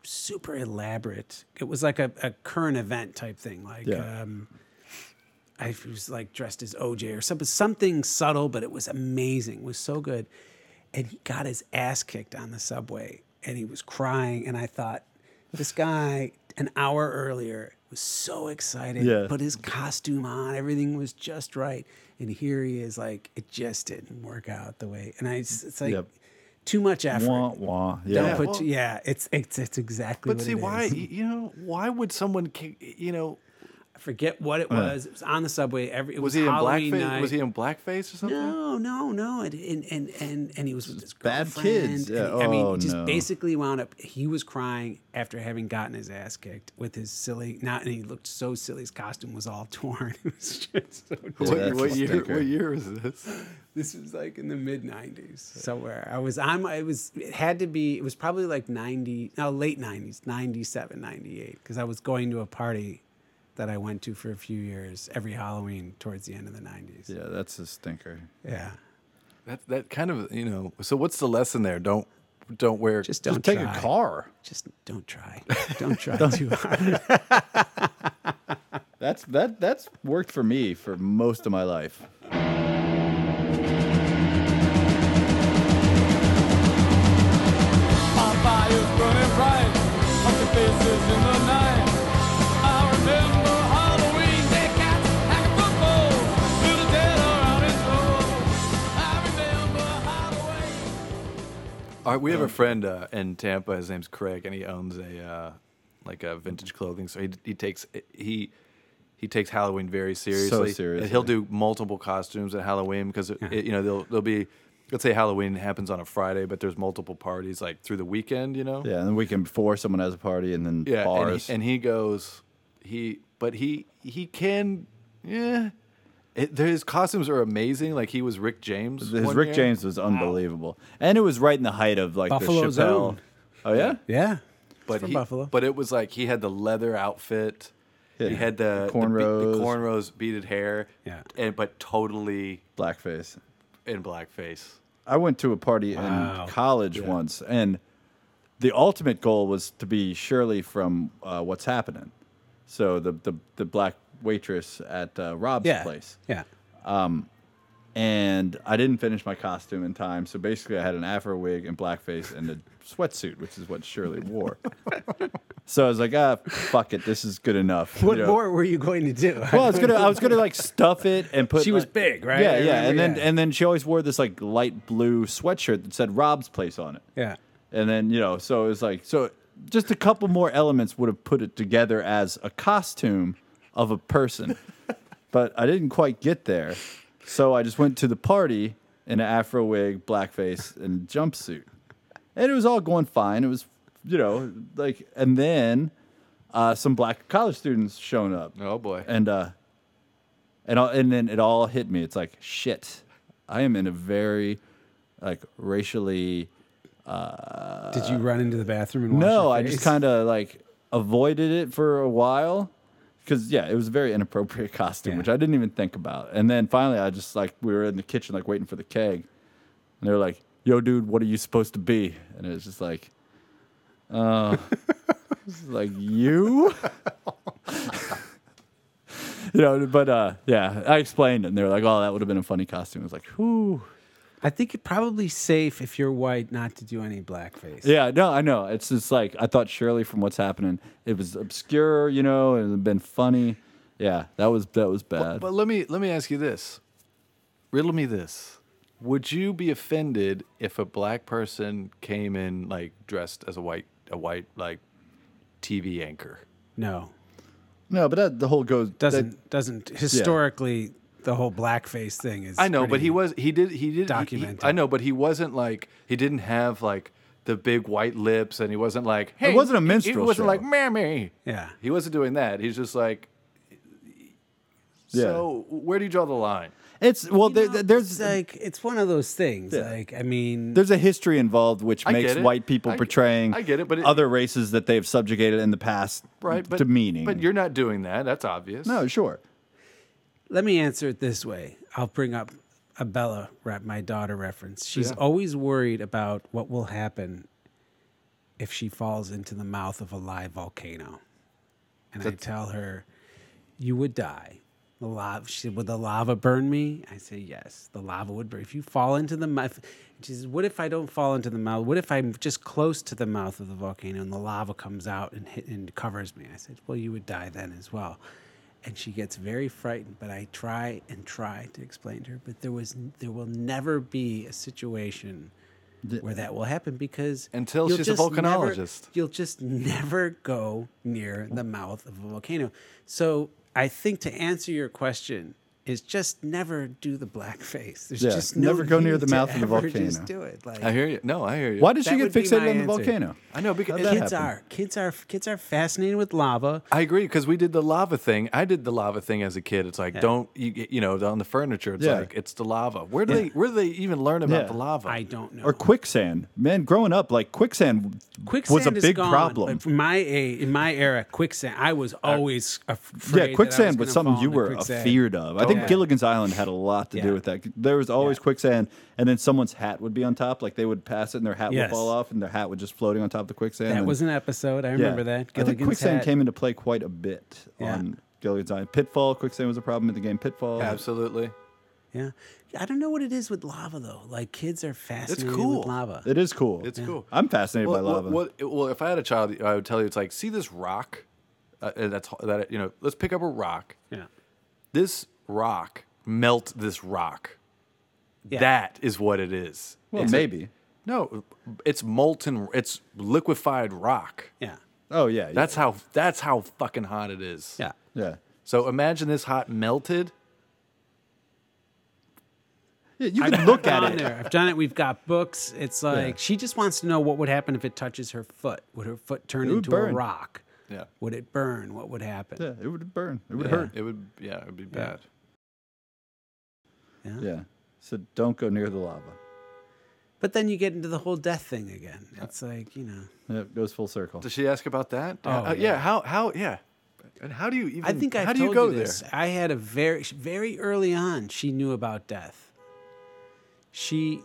S4: super elaborate. It was like a, a current event type thing. Like,
S3: Yeah.
S4: um, I was like dressed as OJ or something, something subtle, but it was amazing. It was so good. And he got his ass kicked on the subway and he was crying. And I thought, this guy an hour earlier was so excited,
S3: Yeah.
S4: put his costume on, everything was just right. And here he is, like, it just didn't work out the way. And I, it's it's like
S3: Yep.
S4: too much effort.
S3: Wah, wah. Yeah.
S4: Don't put,
S2: well-
S4: yeah, it's, it's, it's exactly
S2: But
S4: what
S2: see,
S4: it is.
S2: why, y- you know, why would someone, ki- you know,
S4: I [LAUGHS] forget what
S3: Uh.
S4: it was. It was on the subway. Every, it was,
S2: was he in
S4: Halloween
S2: blackface?
S4: night.
S2: Was he in blackface or something?
S4: No, no, no. And and and and, and he was with his
S3: bad
S4: girlfriend,
S3: kids.
S4: and
S3: Yeah.
S4: he- I mean,
S3: Oh,
S4: just
S3: no.
S4: basically wound up. He was crying after having gotten his ass kicked with his silly. Not and he looked so silly. His costume was all [LAUGHS] torn. It was
S3: [LAUGHS]
S4: just so.
S2: What,
S3: that's
S2: what
S3: a
S2: year?
S3: stinker.
S2: What year is this?
S4: This was like in the mid '90s somewhere. I was on. my- It was. It had to be. It was probably like '90. No, late '90s, '97, '98. Because I was going to a party that I went to for a few years every Halloween towards the end of the '90s.
S3: Yeah, that's a stinker.
S4: yeah.
S2: That that kind of you know. So what's the lesson there? Don't don't wear.
S4: Just don't
S3: Take
S4: try.
S3: a car.
S4: Just don't try. Don't try too hard.
S3: That's that that's worked for me for most of my life.
S2: All right, we
S4: Um,
S2: have a friend uh, in Tampa. His name's Craig, and he owns a uh, like a vintage clothing. So he he takes he he takes Halloween very seriously. And he'll
S3: seriously.
S2: do multiple costumes at Halloween because it, it- you know they'll they'll be let's say Halloween happens on a Friday, but there's multiple parties like through the weekend. You know,
S3: Yeah, and the weekend before someone has a party, and then
S2: yeah. And
S3: bars.
S2: he, and he goes he but he he can yeah. It, there- his costumes are amazing. Like he was Rick James.
S3: His
S2: one
S3: Rick
S2: year.
S3: James was unbelievable, and it was right in the height of like
S4: Buffalo's
S3: the Chappelle.
S4: own.
S3: Oh yeah,
S4: [LAUGHS] Yeah.
S2: but
S4: from
S2: he-
S4: Buffalo.
S2: But it was like he had the leather outfit. He
S3: Yeah.
S2: had the the be- the,
S3: Cornrows.
S2: cornrows, beaded hair.
S4: Yeah.
S2: and but totally
S3: blackface.
S2: in blackface.
S3: I went to a party
S4: Wow.
S3: in college once, and the ultimate goal was to be Shirley from uh, What's Happening. So the the, the black waitress at uh, Rob's
S4: Yeah.
S3: place,
S4: Yeah.
S3: and I didn't finish my costume in time. So basically, I had an afro wig and blackface and a sweatsuit, which is what Shirley wore. so I was like, ah, fuck it, this is good enough.
S4: What
S3: You know?
S4: more were you going to do?
S3: Well, I was gonna, I was gonna like stuff it and put.
S4: She was
S3: like-
S4: big, right? I
S3: Yeah, yeah,
S4: remember,
S3: and then
S4: yeah.
S3: and then she always wore this like light blue sweatshirt that said Rob's Place on it,
S4: [LAUGHS] yeah.
S3: and then you know, so it was like so just a couple more elements would have put it together as a costume of a
S2: [LAUGHS]
S3: person, but I didn't quite get there, so I just went to the party in an afro wig, blackface, and jumpsuit, and it was all going fine. It was, you know, like and then. Uh, some black college students showing up
S2: Oh boy,
S3: and uh and all, and then it all hit me it's like shit i am in a very like racially
S4: Did you run into the bathroom and wash
S3: no
S4: your
S3: i just
S4: face?
S3: kind of like avoided it for a while because yeah it was a very inappropriate [LAUGHS] costume
S4: Yeah.
S3: which i didn't even think about and then finally i just like we were in the kitchen like waiting for the keg and they were like yo dude what are you supposed to be and it was just like [LAUGHS] uh it's like you [LAUGHS] you know but uh yeah i explained it and they were like oh that would have been a funny costume i was like whoo
S4: I think it's probably safe if you're white not to do any blackface.
S3: Yeah, no, I know. It's just like I thought Shirley from What's Happening. It was obscure, you know, and it had been funny. Yeah, that was that was bad.
S2: but let me let me ask you this. Riddle me this. Would you be offended if a black person came in like dressed as a white a white like TV anchor?
S4: No.
S3: no, but that the whole goes
S4: Doesn't doesn't historically the whole blackface thing is
S2: I know, but
S4: pretty-
S2: he was he did he did he- he-
S4: documented.
S2: I know, but he wasn't like he didn't have like the big white lips, and he wasn't like hey,
S3: wasn't a
S2: he- He
S3: minstrel
S2: wasn't
S3: show.
S2: like mammy.
S4: Yeah.
S2: he wasn't doing that. He's just like.
S3: Yeah.
S2: So where do you draw the line?
S3: it's well, there,
S4: You know,
S3: there's
S4: it's like it's one of those things.
S3: Yeah.
S4: Like I mean,
S3: there's a history involved which
S2: I
S3: makes
S2: get it.
S3: white people
S2: I-
S3: portraying
S2: I get it, but it-
S3: other races that they've subjugated in the past
S2: Right, but
S3: demeaning.
S2: But you're not doing that. That's obvious.
S3: no, sure.
S4: let me answer it this way. I'll bring up a Bella, rep- my daughter reference. She's
S2: Yeah.
S4: always worried about what will happen if she falls into the mouth of a live volcano. And I tell her, "You would die." The lava. She said, "Would the lava burn me?" I say, "Yes, the lava would burn. If you fall into the mouth." She says, "What if I don't fall into the mouth? What if I'm just close to the mouth of the volcano and the lava comes out and hit and covers me?" I said, "Well, you would die then as well." And she gets very frightened, but I try and try to explain to her, but there was there will never be a situation where that will happen because
S2: Until
S4: you'll
S2: she's a
S4: just never-
S2: volcanologist.
S4: you'll just never go near the mouth of a volcano. So I think to answer your question is just never do the blackface. There's
S3: Yeah,
S4: just no
S3: never go near
S4: need
S3: the
S4: to
S3: mouth of the
S4: ever Just
S3: volcano.
S4: do it. Like
S2: I hear you. No, I hear you.
S3: Why did
S4: That
S3: she get
S4: would be
S3: fixated on
S4: my
S3: the
S4: answer.
S3: volcano?
S2: I know because
S3: How'd that
S4: kids
S3: happen?
S4: are kids are kids are fascinated with lava.
S2: I agree because we did the lava thing. I did the lava thing as a kid. It's like don't you you know on the furniture. It's
S3: Yeah.
S2: like it's the lava. Where do they where do they even learn about
S3: Yeah.
S2: the lava?
S4: I don't know.
S3: Or quicksand, man. Growing up, like quicksand,
S4: quicksand
S3: was a
S4: is
S3: big
S4: gone,
S3: problem. Uh,
S4: But for my age, in my era, quicksand. I was always af- afraid.
S3: Yeah,
S4: that I
S3: quicksand
S4: was
S3: was
S4: gonna
S3: something
S4: fall
S3: you
S4: into
S3: were
S4: quicksand.
S3: afeared of. I think
S4: yeah.
S3: Gilligan's Island had a lot to
S4: Yeah.
S3: do with that. There was always
S4: Yeah.
S3: quicksand, and then someone's hat would be on top. Like they would pass it, and their hat
S4: Yes.
S3: would fall off, and their hat would just floating on top of the quicksand.
S4: That
S3: and-
S4: was an episode. I
S3: Yeah.
S4: remember that.
S3: I think
S4: Gilligan's
S3: quicksand
S4: hat.
S3: came into play quite a bit
S4: Yeah.
S3: on Gilligan's Island. Pitfall, quicksand was a problem in the game. Pitfall.
S2: Absolutely.
S4: Yeah. I don't know what it is with lava though. Like kids are fascinated
S2: cool.
S4: with lava.
S3: It is cool.
S2: It's cool.
S3: I'm fascinated by
S2: Well,
S3: lava.
S2: What, what- well, if I had a child, I would tell you it's like see this rock. Uh, and that's that you know. Let's pick up a rock.
S4: yeah.
S2: This rock melt this rock.
S4: Yeah.
S2: That is what it is.
S3: Well,
S2: It's a-
S3: maybe.
S2: No, it's molten. It's liquefied rock.
S4: Yeah.
S3: Oh yeah, yeah,
S2: That's how. That's how fucking hot it is.
S4: Yeah.
S3: yeah.
S2: So imagine this hot melted.
S3: Yeah, you can look
S4: I've
S3: at
S4: gone
S3: it.
S4: there. I've done it. We've got books. It's like she just wants to know what would happen if it touches her foot. Would her foot turn
S3: would
S4: into a
S3: burn.
S4: rock?
S2: Yeah.
S4: Would it burn? What would happen?
S3: Yeah, it would burn. It would
S2: Yeah,
S3: hurt.
S2: It would. Yeah, it would be bad.
S3: Yeah. So don't go near the lava.
S4: But then you get into the whole death thing again. It's like you know.
S3: Yeah, it goes full circle.
S2: Does she ask about that?
S4: Oh,
S2: Uh, yeah.
S4: yeah.
S2: How? How? Yeah. And how do you even?
S4: I think I
S2: Hmm. How
S4: told
S2: do you go
S4: this. I had a very very early on. She knew about death. She,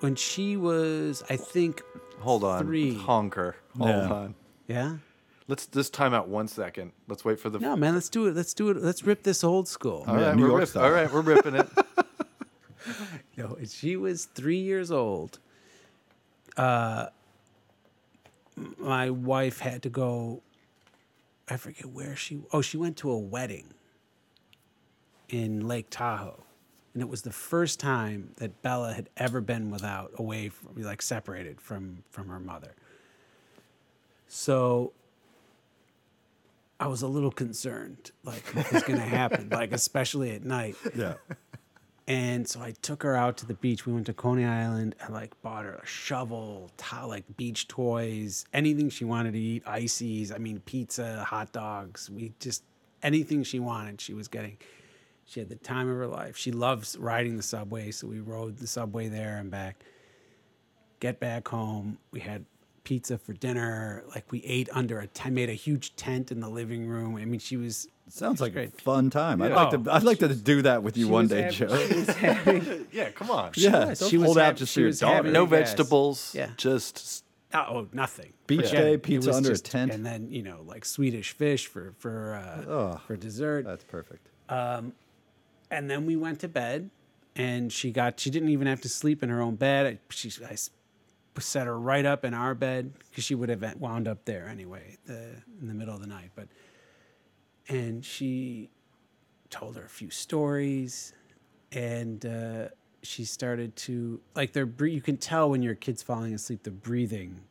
S4: when she was, I think,
S2: there? Hold on.
S4: Three.
S2: Honker. Hold
S3: Yeah.
S2: on.
S4: yeah.
S2: Let's just time out one second. Let's wait for the.
S4: No, man, let's do it. Let's do it. Let's rip this old school.
S2: All
S3: Yeah,
S2: right,
S3: New
S2: we're
S3: York
S2: rip-
S3: style.
S2: All right, we're ripping it.
S4: No, and she was three years old. Uh, my wife had to go. I forget where she. Oh, she went to a wedding in Lake Tahoe, and it was the first time that Bella had ever been without, away from, like separated from from her mother. So I was a little concerned, like what was going to happen, like especially at night.
S3: Yeah.
S4: And so I took her out to the beach. We went to Coney Island. I like bought her a shovel, to- like beach toys, anything she wanted to eat, ices, I mean pizza, hot dogs. We just anything she wanted, she was getting. She had the time of her life. She loves riding the subway, so we rode the subway there and back. Get back home. We had pizza for dinner. Like we ate under a tent, made a huge tent in the living room. I mean, she was
S3: Sounds like
S4: great.
S3: a fun time. I'd like to. I'd like to do that with you one
S4: was
S3: day,
S4: happy- [LAUGHS]
S3: Joe. [LAUGHS]
S2: yeah, come on.
S3: yeah.
S4: was.
S3: don't
S4: She was
S3: hold
S4: happy-
S3: out just
S4: she
S3: for your
S4: was happy.
S3: daughter.
S2: No
S4: Yes.
S2: vegetables.
S4: Yeah.
S2: Just s-
S4: Oh, oh, nothing.
S3: Beach
S4: Forget
S3: day,
S4: it. It
S3: pizza
S4: was
S3: under a tent.
S4: and then you know, like Swedish fish for for uh, for dessert.
S3: That's perfect.
S4: and then we went to bed, and she got she didn't even have to sleep in her own bed. I, she I s- set her right up in our bed because she would have en- wound up there anyway, the in the middle of the night. But and she told her a few stories, and uh, she started to like their bre- you can tell when your kid's falling asleep the breathing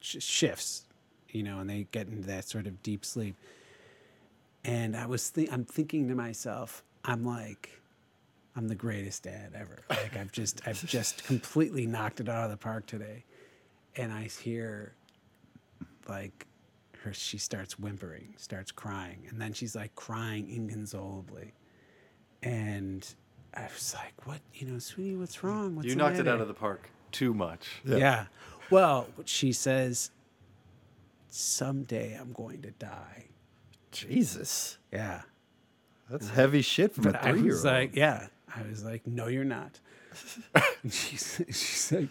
S4: sh- shifts you know and they get into that sort of deep sleep and i was thi- i'm thinking to myself i'm like i'm the greatest dad ever like i've just i've just completely knocked it out of the park today and i hear like her she starts whimpering starts crying and then she's like crying inconsolably and I was like, "What, you know, sweetie? What's wrong? What's
S2: you
S4: the
S2: knocked it
S4: matter?"
S2: out of the park. Too much.
S4: Yeah. Well, she says, someday I'm going to die.
S3: Jesus,
S4: Yeah.
S3: that's heavy shit from a
S4: I was
S3: three-year-old.
S4: like, yeah. I was like, no,
S3: [LAUGHS]
S4: you're not. and she's, [LAUGHS] she's like,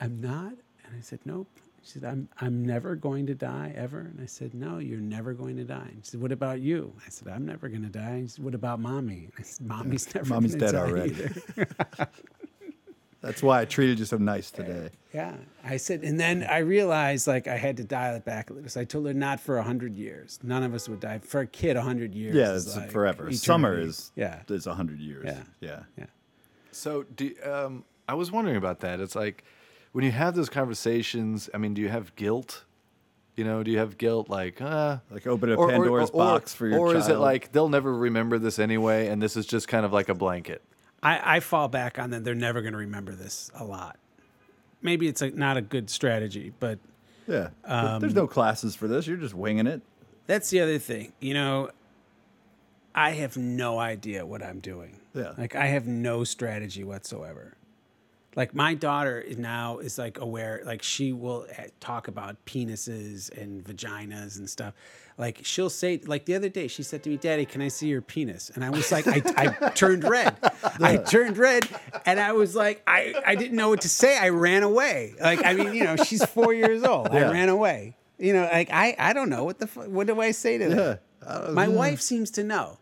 S4: I'm not. And I said, nope. She said, I'm, I'm never going to die ever. And I said, no, you're never going to die. And she said, what about you? I said, I'm never going to die. And she said, what about mommy? And I said, mommy's never
S3: Mommy's
S4: gonna
S3: dead
S4: die
S3: already.
S4: either."
S3: That's why I treated you so nice today.
S4: Yeah, I said, and then I realized like I had to dial it back a little. So I told her not for hundred years. None of us would die for a kid. hundred years.
S3: Yeah,
S4: is,
S3: it's
S4: like,
S3: forever. Summer
S4: eternity.
S3: is
S4: Yeah,
S3: is hundred years.
S4: Yeah.
S3: yeah.
S4: yeah,
S2: So, do, um, I was wondering about that. It's like when you have those conversations. I mean, do you have guilt? You know, do you have guilt like, uh,
S3: Like open a Pandora's box for your
S2: or is it
S3: child?
S2: like they'll never remember this anyway, and this is just kind of like a blanket?
S4: I, I fall back on that. They're never going to remember this a lot. Maybe it's like not a good strategy, but
S3: Yeah. There's no classes for this. You're just winging it.
S4: that's the other thing. You know, I have no idea what I'm doing.
S3: Yeah.
S4: Like I have no strategy whatsoever. Like my daughter is now is like aware, like she will eh, talk about penises and vaginas and stuff. Like she'll say, like the other day, she said to me, "Daddy, can I see your penis?" And I was like, I,
S2: [LAUGHS]
S4: I turned red. I turned red, and I was like, I I didn't know what to say. I ran away. Like I mean, you know, she's four years old. I
S3: Yeah.
S4: ran away. You know, like I I don't know what the fu- what do I say to that? My wife seems to know.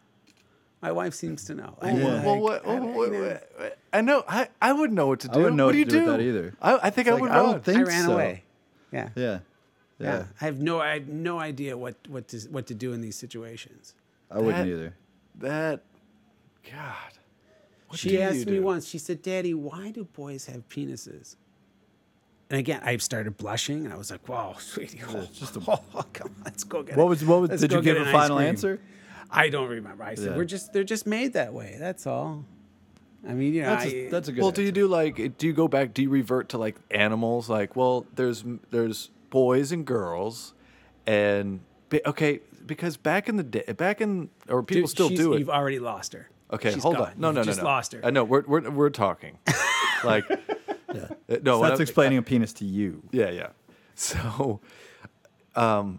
S4: My wife seems to know. I mean,
S2: Well, well,
S4: like,
S2: what,
S4: I-
S2: well,
S4: you
S2: what-
S4: know,
S2: what- I know. I, I wouldn't know what to do.
S3: wouldn't know
S2: what
S3: what
S2: do you
S3: to do
S2: do
S3: with that either.
S2: I, I think I
S3: like,
S2: would
S3: I don't
S2: run.
S3: think-
S4: I ran
S3: so.
S4: away. Yeah. yeah.
S3: Yeah. Yeah.
S4: I have no I have no idea what what to what to do in these situations.
S3: I wouldn't
S2: That-
S3: either.
S2: that. God.
S4: she
S2: do you
S4: asked me
S2: do?
S4: once. She said, "Daddy, why do boys have penises?" And again, I started blushing, and I was like, "Wow, [LAUGHS] sweetie, oh, [LAUGHS] oh, come on, let's go get
S3: What
S4: it.
S3: was- what was-
S4: Let's
S3: did you
S4: go get
S3: give a
S4: an ice
S3: final
S4: cream."
S3: answer?
S4: I don't remember. I said,
S3: Yeah.
S4: "We're just they're just made that way. That's all." I mean, you know,
S3: That's
S4: I-
S3: a, that's a good.
S2: Well, do you do like? Do you go back? Do you revert to like animals? Like, well, there's there's boys and girls, and be, okay, because back in the day, back in or people
S4: Dude,
S2: still
S4: she's-
S2: do it.
S4: You've already lost her.
S2: Okay,
S4: She's
S2: hold
S4: gone.
S2: on. No,
S4: You've
S2: no, no,
S4: just
S2: no.
S4: lost her.
S2: I know we're we're we're
S4: [LAUGHS]
S2: talking. like, Uh, no, what
S6: That's
S2: I-
S6: explaining a penis to you.
S2: Yeah, yeah. So, um, do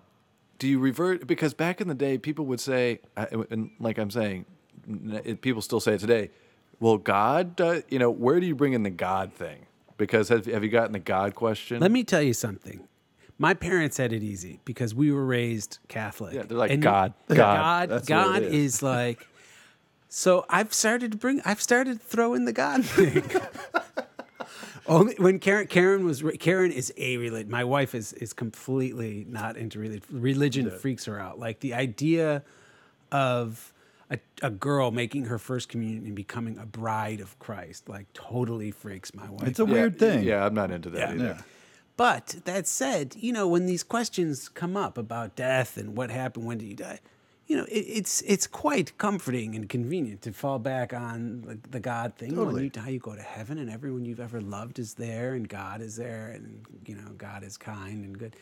S2: you revert? Because back in the day, people would say, I- and like I'm saying, n- it, people still say it today. Well, God, does, you know, where do you bring in the God thing? Because have, have you gotten the God question?
S4: Let me tell you something. My parents had it easy because we were raised Catholic.
S2: Yeah, they're like, "God, God."
S4: God, God,
S3: That's what it
S4: is.
S3: is.
S4: like. So I've started to bring. I've started throwing the God thing. [LAUGHS] Only when Karen, Karen was re- Karen is a religion. My wife is is completely not into religion. Religion freaks her out. Like the idea of a, a girl making her first communion and becoming a bride of Christ, like totally freaks my wife.
S6: It's a
S2: Yeah,
S6: weird thing.
S2: Yeah, I'm not into that
S4: Yeah.
S2: either.
S4: But that said, you know, when these questions come up about death and what happened, when did you die, you know, it, it's it's quite comforting and convenient to fall back on the, the God thing. When you die, you go to heaven, and everyone you've ever loved is there, and God is there, and you know, God is kind and good.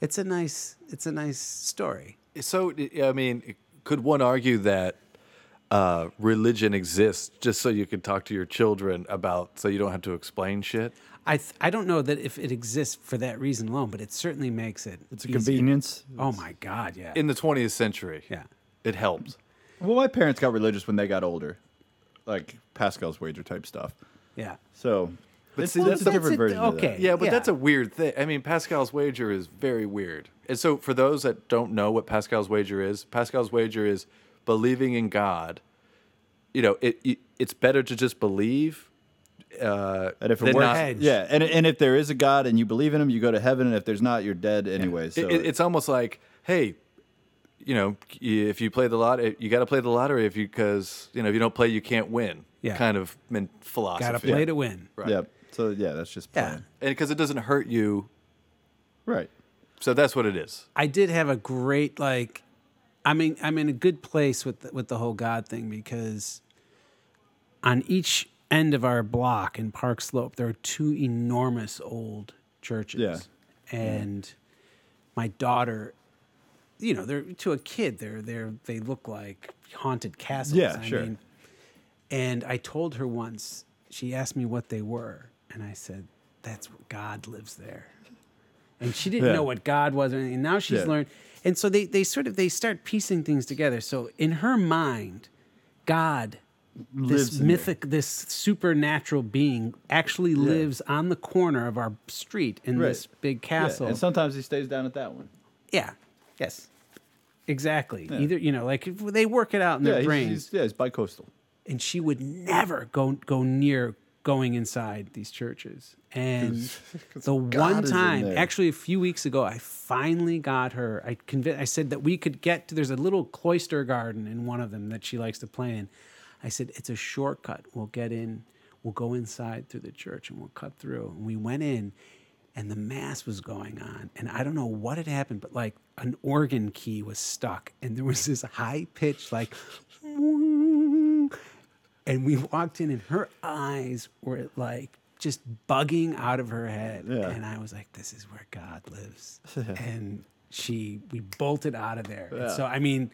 S4: It's a nice, it's a nice story.
S2: So, I- I mean, could one argue that uh, religion exists just so you can talk to your children about, so you don't have to explain shit?
S4: I th- I don't know that if it exists for that reason alone, but it certainly makes it.
S6: It's a
S4: easier.
S6: convenience.
S4: Oh my God! Yeah.
S2: In the 20th century,
S4: Yeah.
S2: it helped.
S3: Well, my parents got religious when they got older, like Pascal's wager type stuff.
S4: yeah.
S3: So, but
S2: see, that's
S3: a
S4: that's
S3: different
S4: a-
S3: version. of that.
S4: okay.
S2: Yeah, but that's
S4: Yeah.
S2: a weird thing. I mean, Pascal's wager is very weird. And so, for those that don't know what Pascal's wager is, Pascal's wager is believing in God. You know, it, it it's better to just believe. Uh,
S3: And if it
S2: than
S3: works,
S2: not-
S4: hedged.
S3: yeah. And and if there is a God and you believe in him, you go to heaven. And if there's not, you're dead anyway. So
S2: it, it- it's almost like, hey, you know, if you play the lot, eh, you got to play the lottery. If you because you know if you don't play, you can't win.
S4: Yeah.
S2: kind of men- philosophy.
S4: Got to play to win.
S2: right.
S3: yeah. So yeah, that's just
S4: Yeah.
S3: plain.
S2: and because it doesn't hurt you,
S3: Right.
S2: so that's what it is.
S4: I did have a great like. I mean, I'm in a good place with the, with the whole God thing because on each end of our block in Park Slope, there are two enormous old churches.
S3: Yeah.
S4: and my daughter, you know, they're to a kid, they're they're they look like haunted castles.
S3: Yeah,
S4: I
S3: sure.
S4: Mean, and I told her once. She asked me what they were, and I said, "That's God lives there." and she didn't
S3: Yeah.
S4: know what God was, or anything. and now she's
S3: Yeah.
S4: learned. And so they they sort of they start piecing things together. So in her mind, God,
S3: Lives
S4: this
S3: in there.
S4: mythic, this supernatural being, actually lives on the corner of our street in
S3: Right.
S4: this big
S3: Yeah,
S4: castle. Yeah.
S3: And sometimes he stays down at that one.
S4: Yes. Exactly. Either you know, like they work it out in
S3: Yeah.
S4: their
S3: He's,
S4: brains
S3: he's- yeah. He's bicoastal.
S4: and she would never go go near going inside these churches.
S3: [LAUGHS]
S4: And the one
S3: is in
S4: time,
S3: there.
S4: actually a few weeks ago, I finally got her. I convinced. I said that we could get to. There's a little cloister garden in one of them that she likes to play in. I said it's a shortcut. We'll get in. We'll go inside through the church and we'll cut through. And we went in. And the mass was going on, and I don't know what had happened, but like an organ key was stuck, and there was this high pitch, like, and we walked in, and her eyes were like just bugging out of her head. And I was like, "This is where God
S3: [LAUGHS]
S4: lives." and she, we bolted out of there. And so I mean,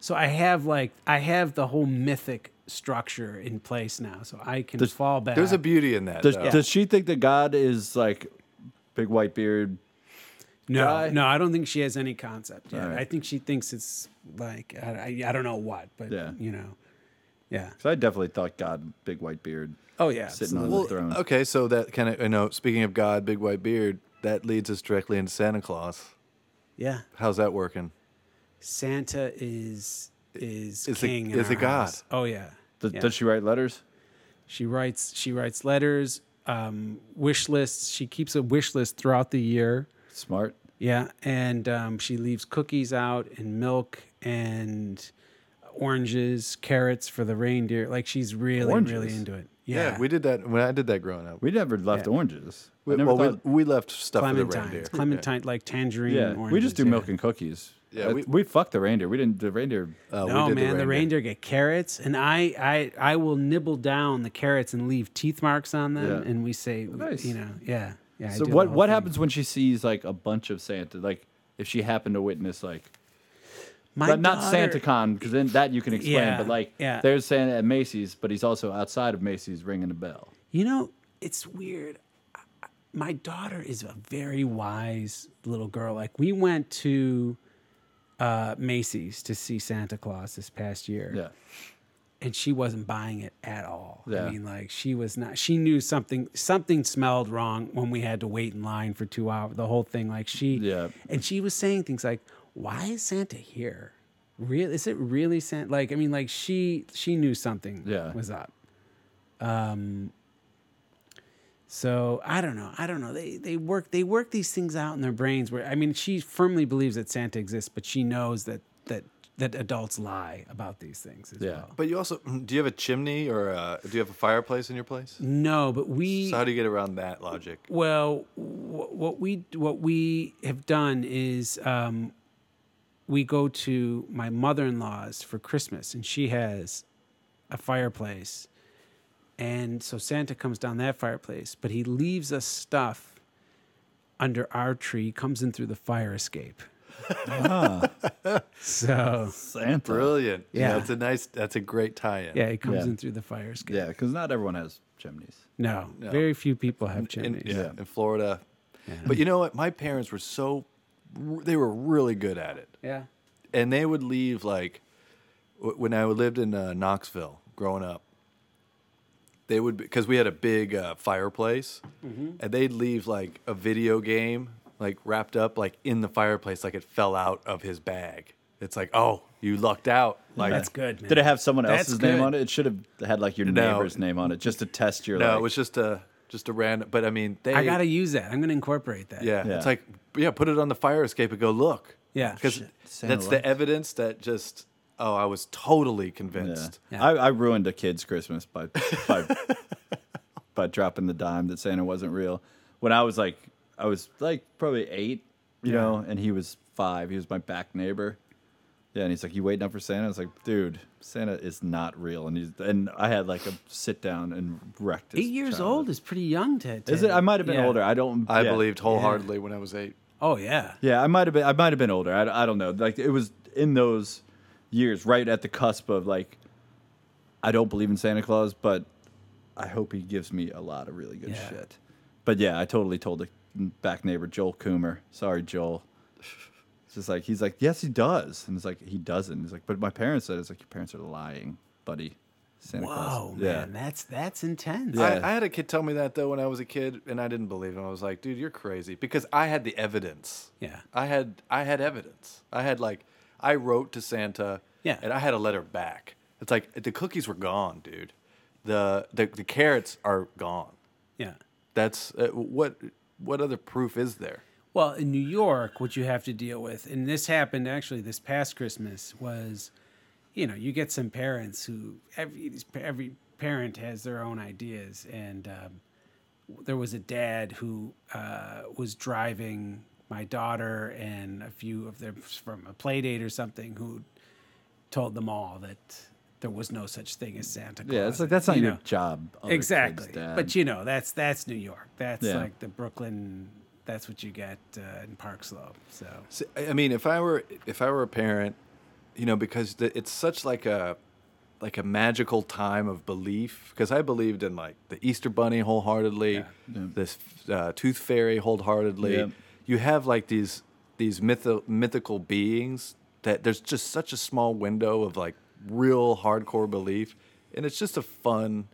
S4: so I have like I have the whole mythic structure in place now, so I can fall back.
S2: There's a beauty in that.
S3: Does,
S2: though.
S3: does she think that God is like big white beard?
S4: no,
S3: guy?
S4: no. I don't think she has any concept. Yeah,
S3: right.
S4: I think she thinks it's like I, I, I don't know what, but
S3: Yeah.
S4: you know, yeah.
S3: Because I definitely thought God big white beard.
S4: Oh yeah,
S3: Sitting on
S4: absolutely.
S3: the throne.
S2: Okay, so that kind of you know, speaking of God, big white beard, that leads us directly into Santa Claus.
S4: yeah.
S2: How's that working?
S4: Santa is
S2: Is
S4: is,
S2: a-
S4: king. in
S2: is a
S4: our
S2: god.
S4: house. Oh yeah.
S3: Does,
S4: Yeah.
S3: does she write letters?
S4: She writes she writes letters, um, wish lists. She keeps a wish list throughout the year.
S3: Smart.
S4: Yeah, and um, she leaves cookies out and milk and oranges, carrots for the reindeer. Like she's really really
S3: Oranges?
S4: into it.
S2: Yeah. we did that when I did that growing up.
S3: We never left oranges.
S2: We,
S3: I never
S2: well, we-
S3: thought-
S2: we, left stuff for the reindeer.
S4: clementines, clementine like tangerine.
S3: yeah,
S4: oranges,
S3: we just do
S4: yeah.
S3: milk and cookies.
S2: Yeah,
S3: Uh,
S2: we-
S3: we, fucked the reindeer. Oh, We didn't. The reindeer.
S2: Uh, we
S4: no
S2: did
S4: man, the reindeer get carrots, and I, I, I will nibble down the carrots and leave teeth marks on them,
S3: Yeah.
S4: and we say,
S3: Nice.
S4: you know, yeah, yeah. I
S3: so
S4: do the
S3: what
S4: whole
S3: what
S4: thing.
S3: happens when she sees like a bunch of Santa? Like if she happened to witness like
S4: My
S3: not, not
S4: daughter-
S3: SantaCon because then that you can explain.
S4: Yeah,
S3: but like
S4: yeah.
S3: there's Santa at Macy's, but he's also outside of Macy's ringing a bell.
S4: You know, it's weird. I- I- My daughter is a very wise little girl. Like we went to uh, Macy's to see Santa Claus this past year,
S3: Yeah,
S4: and she wasn't buying it at all.
S3: Yeah.
S4: I mean, like she was not. She knew something. Something smelled wrong when we had to wait in line for two hours. The whole thing, like she.
S3: Yeah.
S4: And she was saying things like, "Why is Santa here? Real? Is it really Santa? Like, I mean, like she she knew something
S3: Yeah.
S4: was up. Um. So I don't know. I don't know. They they work they work these things out in their brains. Where I mean, she firmly believes that Santa exists, but she knows that that that adults lie about these things as
S3: Yeah.
S4: well.
S2: But you also, mm, do you have a chimney or uh do you have a fireplace in your place?
S4: No, but we
S2: So how do you get around that logic?
S4: well wh- what we what we have done is um, we go to my mother-in-law's for Christmas and she has a fireplace. And so Santa comes down that fireplace, but he leaves us stuff under our tree, comes in through the fire escape.
S2: Ah.
S4: so
S3: Santa.
S2: Brilliant.
S4: Yeah.
S2: that's a nice. That's a great tie-in.
S4: yeah, he comes
S3: Yeah.
S4: in through the fire escape.
S3: Yeah, because not everyone has chimneys.
S4: No, very few people have
S2: in,
S4: chimneys.
S2: yeah, in Florida. But you know what? My parents were so they were really good at it,
S4: yeah.
S2: and they would leave like wh- when I lived in uh, Knoxville growing up. They would because we had a big uh, fireplace,
S4: Mm-hmm.
S2: and they'd leave like a video game like wrapped up like in the fireplace, like it fell out of his bag. It's like, oh, you lucked out. Like
S4: That's good, man.
S3: Did it have someone
S4: That's
S3: else's
S4: good.
S3: name on it? It should have had like your
S2: No.
S3: neighbor's name on it just to test your.
S2: No,
S3: like,
S2: it was just a just a random. But I mean, they
S4: I gotta use that. I'm gonna incorporate that.
S2: Yeah,
S3: Yeah.
S2: it's like yeah, put it on the fire escape and go look.
S4: Yeah.
S2: because
S4: Shit,
S3: Santa
S2: that's the
S3: likes-
S2: evidence that just oh, I was totally
S3: Yeah.
S2: convinced.
S4: Yeah.
S3: I, I ruined a kid's Christmas by by, by dropping the dime that Santa wasn't real. When I was like, I was like probably eight, you know, and he was five. He was my back neighbor. Yeah, and he's like, "You waiting up for Santa?" I was like, "Dude, Santa is not real." And he's and I had like a sit down and wrecked. His
S4: Eight years
S3: childhood.
S4: old is pretty young to. to
S3: Is it? I might have been
S4: yeah.
S3: older. I don't.
S2: I
S3: yeah.
S2: believed wholeheartedly when I was eight.
S4: Oh yeah.
S3: Yeah, I might have been. I might have been older. I, I don't know. Like it was in those years, right at the cusp of like, I don't believe in Santa Claus, but I hope he gives me a lot of really good
S4: Yeah.
S3: shit. But yeah, I totally told the back neighbor Joel Coomer. Sorry, Joel. It's just like he's like, yes, he does, and it's like he doesn't. He's like, but my parents said it's like your parents are lying, buddy. Santa
S4: Whoa,
S3: Claus.
S4: man, that's that's intense.
S3: Yeah.
S2: I, I had a kid tell me that though when I was a kid, and I didn't believe him. I was like, dude, you're crazy because I had the evidence.
S4: Yeah.
S2: I had I had evidence. I had like I wrote to Santa.
S4: Yeah.
S2: and I had a letter back. It's like the cookies were gone, dude. The the, the carrots are gone.
S4: yeah.
S2: That's uh, what what other proof is there?
S4: Well, in New York, what you have to deal with, and this happened actually this past Christmas, was, you know, you get some parents who every every parent has their own ideas, and um, there was a dad who uh, was driving my daughter and a few of them from a play date or something who told them all that there was no such thing as Santa Claus.
S3: yeah. It's like that's not
S4: You
S3: your
S4: know.
S3: job. other kid's
S4: exactly
S3: dad.
S4: but you know that's that's new york that's
S3: Yeah.
S4: like the brooklyn that's what you get uh, in park slope so
S2: See, I I mean, if I were if I were a parent, you know, because the, it's such like a like a magical time of belief. Because I believed in like the Easter Bunny wholeheartedly, this uh, Tooth Fairy wholeheartedly.
S3: Yeah.
S2: You have like these these mytho- mythical beings that there's just such a small window of like real hardcore belief, and it's just a fun.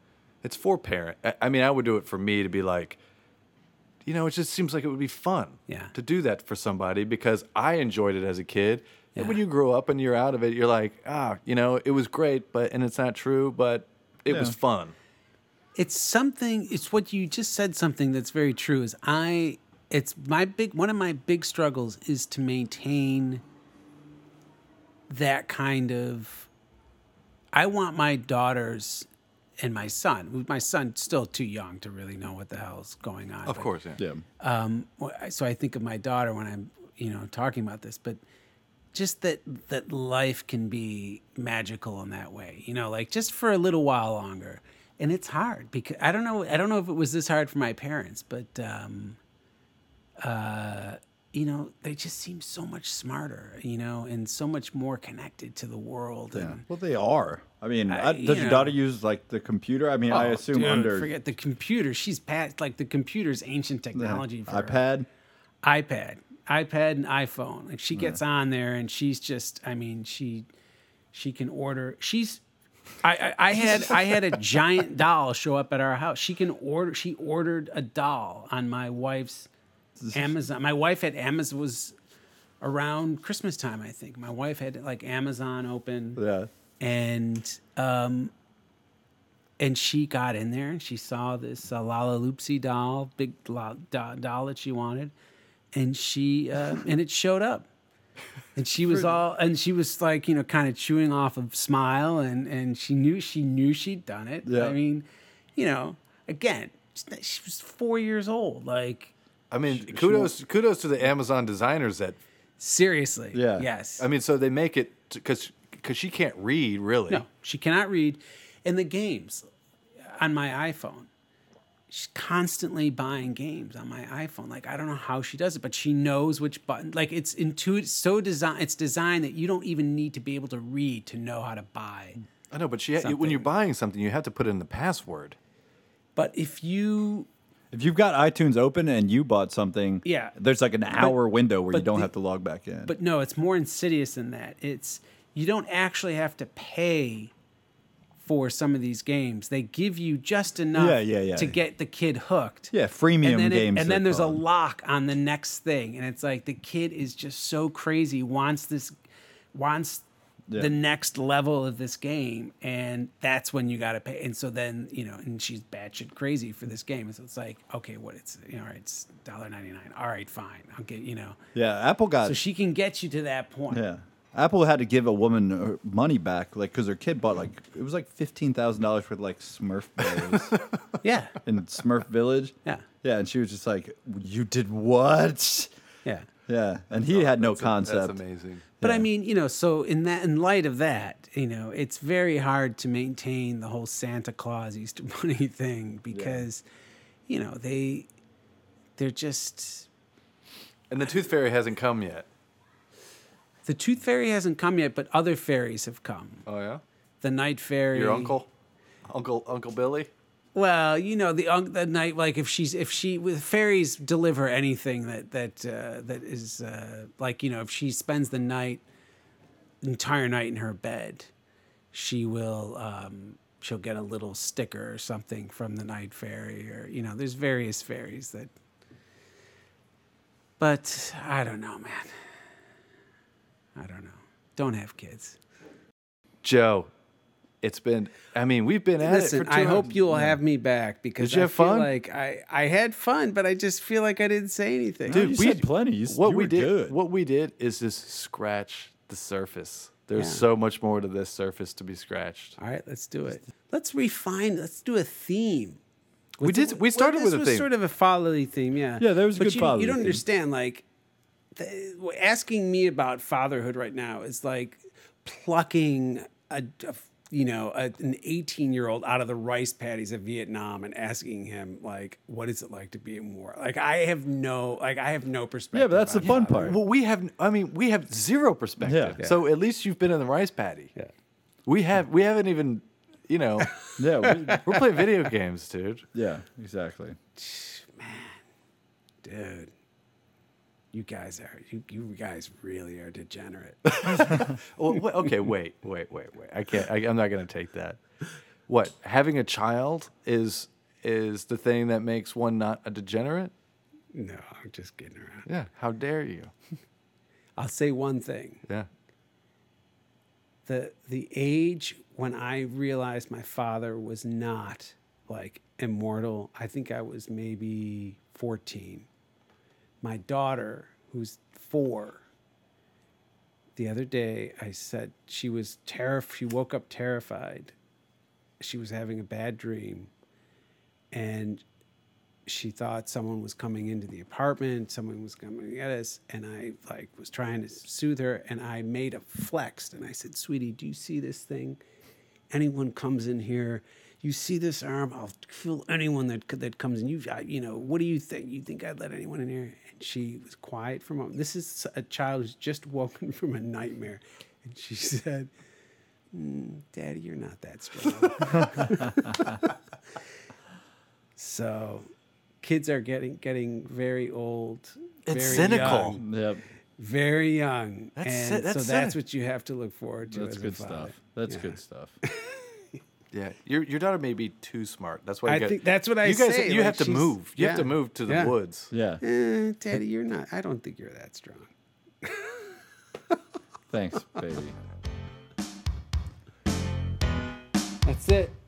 S2: It's for parent. I, I mean, I would do it for me to be like, you know, it just seems like it would be fun
S4: Yeah.
S2: to do that for somebody because I enjoyed it as a kid. And when
S4: Yeah.
S2: you grow up and you're out of it, you're like, ah, you know, it was great, but and it's not true, but it was fun.
S4: it's something it's what you just said something that's very true is i it's my big one of my big struggles is to maintain that kind of i want my daughters and my son. who- My son's still too young to really know what the hell's going on.
S2: Of
S4: but,
S2: course, yeah.
S3: Yeah.
S4: Um, wh- I- so I think of my daughter when I'm, you know, talking about this, but just that that life can be magical in that way, you know, like just for a little while longer. And it's hard because I don't know. I don't know if it was this hard for my parents, but um, uh, you know, they just seem so much smarter, you know, and so much more connected to the world.
S3: Yeah.
S4: And
S3: Well, they are. I mean,
S4: I-
S3: I,
S4: you
S3: does your
S4: know.
S3: daughter use like the computer? I mean, I
S4: Oh,
S3: assume
S4: dude,
S3: under
S4: forget the computer. She's past like the computer's ancient technology. for her.
S3: iPad.
S4: iPad, iPad and iPhone. Like she gets on there and she's just, I mean, she she can order. She's I, I, I had I had a giant doll show up at our house. She can order. She ordered a doll on my wife's Amazon. My wife had Amazon was around Christmas time, I think. My wife had like Amazon open
S3: Yeah.
S4: and um and she got in there and she saw this uh, Lala Loopsy doll, big lo- do- doll that she wanted, and she uh, and it showed up, and she was all and she was like you know kind of chewing off a smile and and she knew she knew she'd done it.
S3: Yeah.
S4: I mean, you know, again, she was four years old, like
S2: I mean, kudos kudos to the Amazon designers that
S4: seriously,
S3: Yeah.
S4: yes,
S2: I mean, so they make it because because she can't read really.
S4: No, she cannot read. And the games on my iPhone, she's constantly buying games on my iPhone. Like I don't know how she does it, but she knows which button. Like it's intuitive, so design. It's designed that you don't even need to be able to read to know how to buy.
S2: I know, but she when you're buying something, you have to put in the password.
S4: But if you
S3: If you've got iTunes open and you bought something,
S4: Yeah.
S3: there's like an hour window where you
S4: but
S3: don't
S4: the-
S3: have to log back in.
S4: But no, it's more insidious than that. It's you don't actually have to pay for some of these games. They give you just enough
S3: Yeah, yeah, yeah.
S4: to get the kid hooked.
S3: Yeah, freemium
S4: and then it-
S3: games
S4: and then
S3: they're
S4: there's
S3: called.
S4: a lock on the next thing, and it's like the kid is just so crazy, wants this, wants
S3: Yeah.
S4: the next level of this game, and that's when you got to pay. And so then you know, and she's batshit crazy for this game, and so it's like, okay, what? It's you know, all right, it's dollar ninety nine. All right, fine, I'll get you know.
S3: yeah, Apple got
S4: So she can get you to that point.
S3: yeah. Apple had to give a woman her money back, like because her kid bought like it was like fifteen thousand dollars for like Smurf
S4: [LAUGHS]
S3: berries
S4: Yeah.
S3: in Smurf Village.
S4: Yeah.
S3: yeah, and she was just like, "You did what?"
S4: Yeah.
S3: Yeah, and he had no concept.
S2: Oh, That's amazing.
S4: But I mean, you know, so in that in light of that, you know, it's very hard to maintain the whole Santa Claus Easter [LAUGHS] Bunny thing because you know, they they're just
S2: And the tooth fairy hasn't come yet.
S4: the tooth fairy hasn't come yet, but other fairies have come.
S2: Oh yeah,
S4: The night fairy.
S2: your uncle, uncle, uncle Billy.
S4: Well, you know the un- the night like if she's if she with fairies deliver anything that that uh, that is uh, like you know if she spends the night entire night in her bed, she will um, she'll get a little sticker or something from the night fairy or you know there's various fairies that. But I don't know, man. I don't know. Don't have kids.
S2: Joe, it's been. I mean, we've been at it for
S4: Listen,
S2: two
S4: I hope you'll have me back because
S2: Did you
S4: I
S2: have
S4: feel
S2: fun?
S4: like I, I had fun, but I just feel like I didn't say anything.
S3: Dude, you said plenty. You s-
S2: what
S3: you
S2: we
S3: were
S2: did,
S3: good.
S2: what we did, is just scratch the surface. There's
S4: Yeah.
S2: so much more to this surface to be scratched.
S4: All right, let's do it. Let's refine. Let's do a theme.
S2: We did. We started
S4: this
S2: with a
S4: was
S2: theme.
S4: sort of a fatherly theme, yeah.
S3: Yeah, there was a
S4: but
S3: good
S4: you,
S3: fatherly
S4: You don't
S3: theme.
S4: understand, like, the, asking me about fatherhood right now is like plucking a, a- you know, a, an 18 year old out of the rice paddies of Vietnam and asking him, like, what is it like to be in war? Like, I have no, like, I have no perspective.
S3: yeah, but that's the
S4: on
S3: fun
S4: fatherhood.
S3: part.
S2: well, we have. I mean, we have zero perspective.
S3: Yeah.
S2: So at least you've been in the rice paddy.
S4: Yeah.
S2: We have. We haven't even. You know,
S3: Yeah, we,
S2: [LAUGHS] we're playing video games, dude.
S3: yeah, exactly.
S4: Dude. You guys are you, you guys really are degenerate. [LAUGHS]
S2: Well, wait, okay, wait, wait, wait, wait. I can't. I, I'm not going to take that. What having a child is is the thing that makes one not a degenerate?
S4: no, I'm just kidding around.
S2: Yeah. How dare you?
S4: I'll say one thing.
S2: Yeah.
S4: The the age when I realized my father was not like immortal, I think I was maybe 14. My daughter, who's 4, the other day I said she was terrified. She woke up terrified she was having a bad dream and she thought someone was coming into the apartment, someone was coming at us, and I like was trying to soothe her and I made a flexed and I said, Sweetie, do you see this thing? Anyone comes in here, you see this arm, I'll kill anyone that that comes in. You, I, you know, what do you think? You think I'd let anyone in here? And she was quiet for a moment. This is a child who's just woken [LAUGHS] from a nightmare, and she [LAUGHS] said, "Mm, "Daddy, you're not that strong." [LAUGHS] So, kids are getting getting very old.
S8: It's
S4: very
S8: cynical.
S4: young,
S3: Yep.
S4: very young,
S8: That's
S4: and
S8: cy- that's
S4: so that's
S8: cynic-
S4: what you have to look forward to.
S3: That's
S4: as a
S3: good
S4: father.
S3: stuff. That's
S4: Yeah.
S3: good stuff.
S8: Yeah, your your daughter may be too smart. That's why you
S4: I
S8: got-
S4: think that's what I
S8: you guys,
S4: say,
S8: You
S4: like,
S8: have to
S4: she's-
S8: move. You have to
S4: yeah,
S8: move to the
S4: yeah.
S8: woods.
S3: Yeah.
S4: Eh, Daddy, you're not. I don't think you're that strong.
S3: Thanks, baby.
S4: That's it.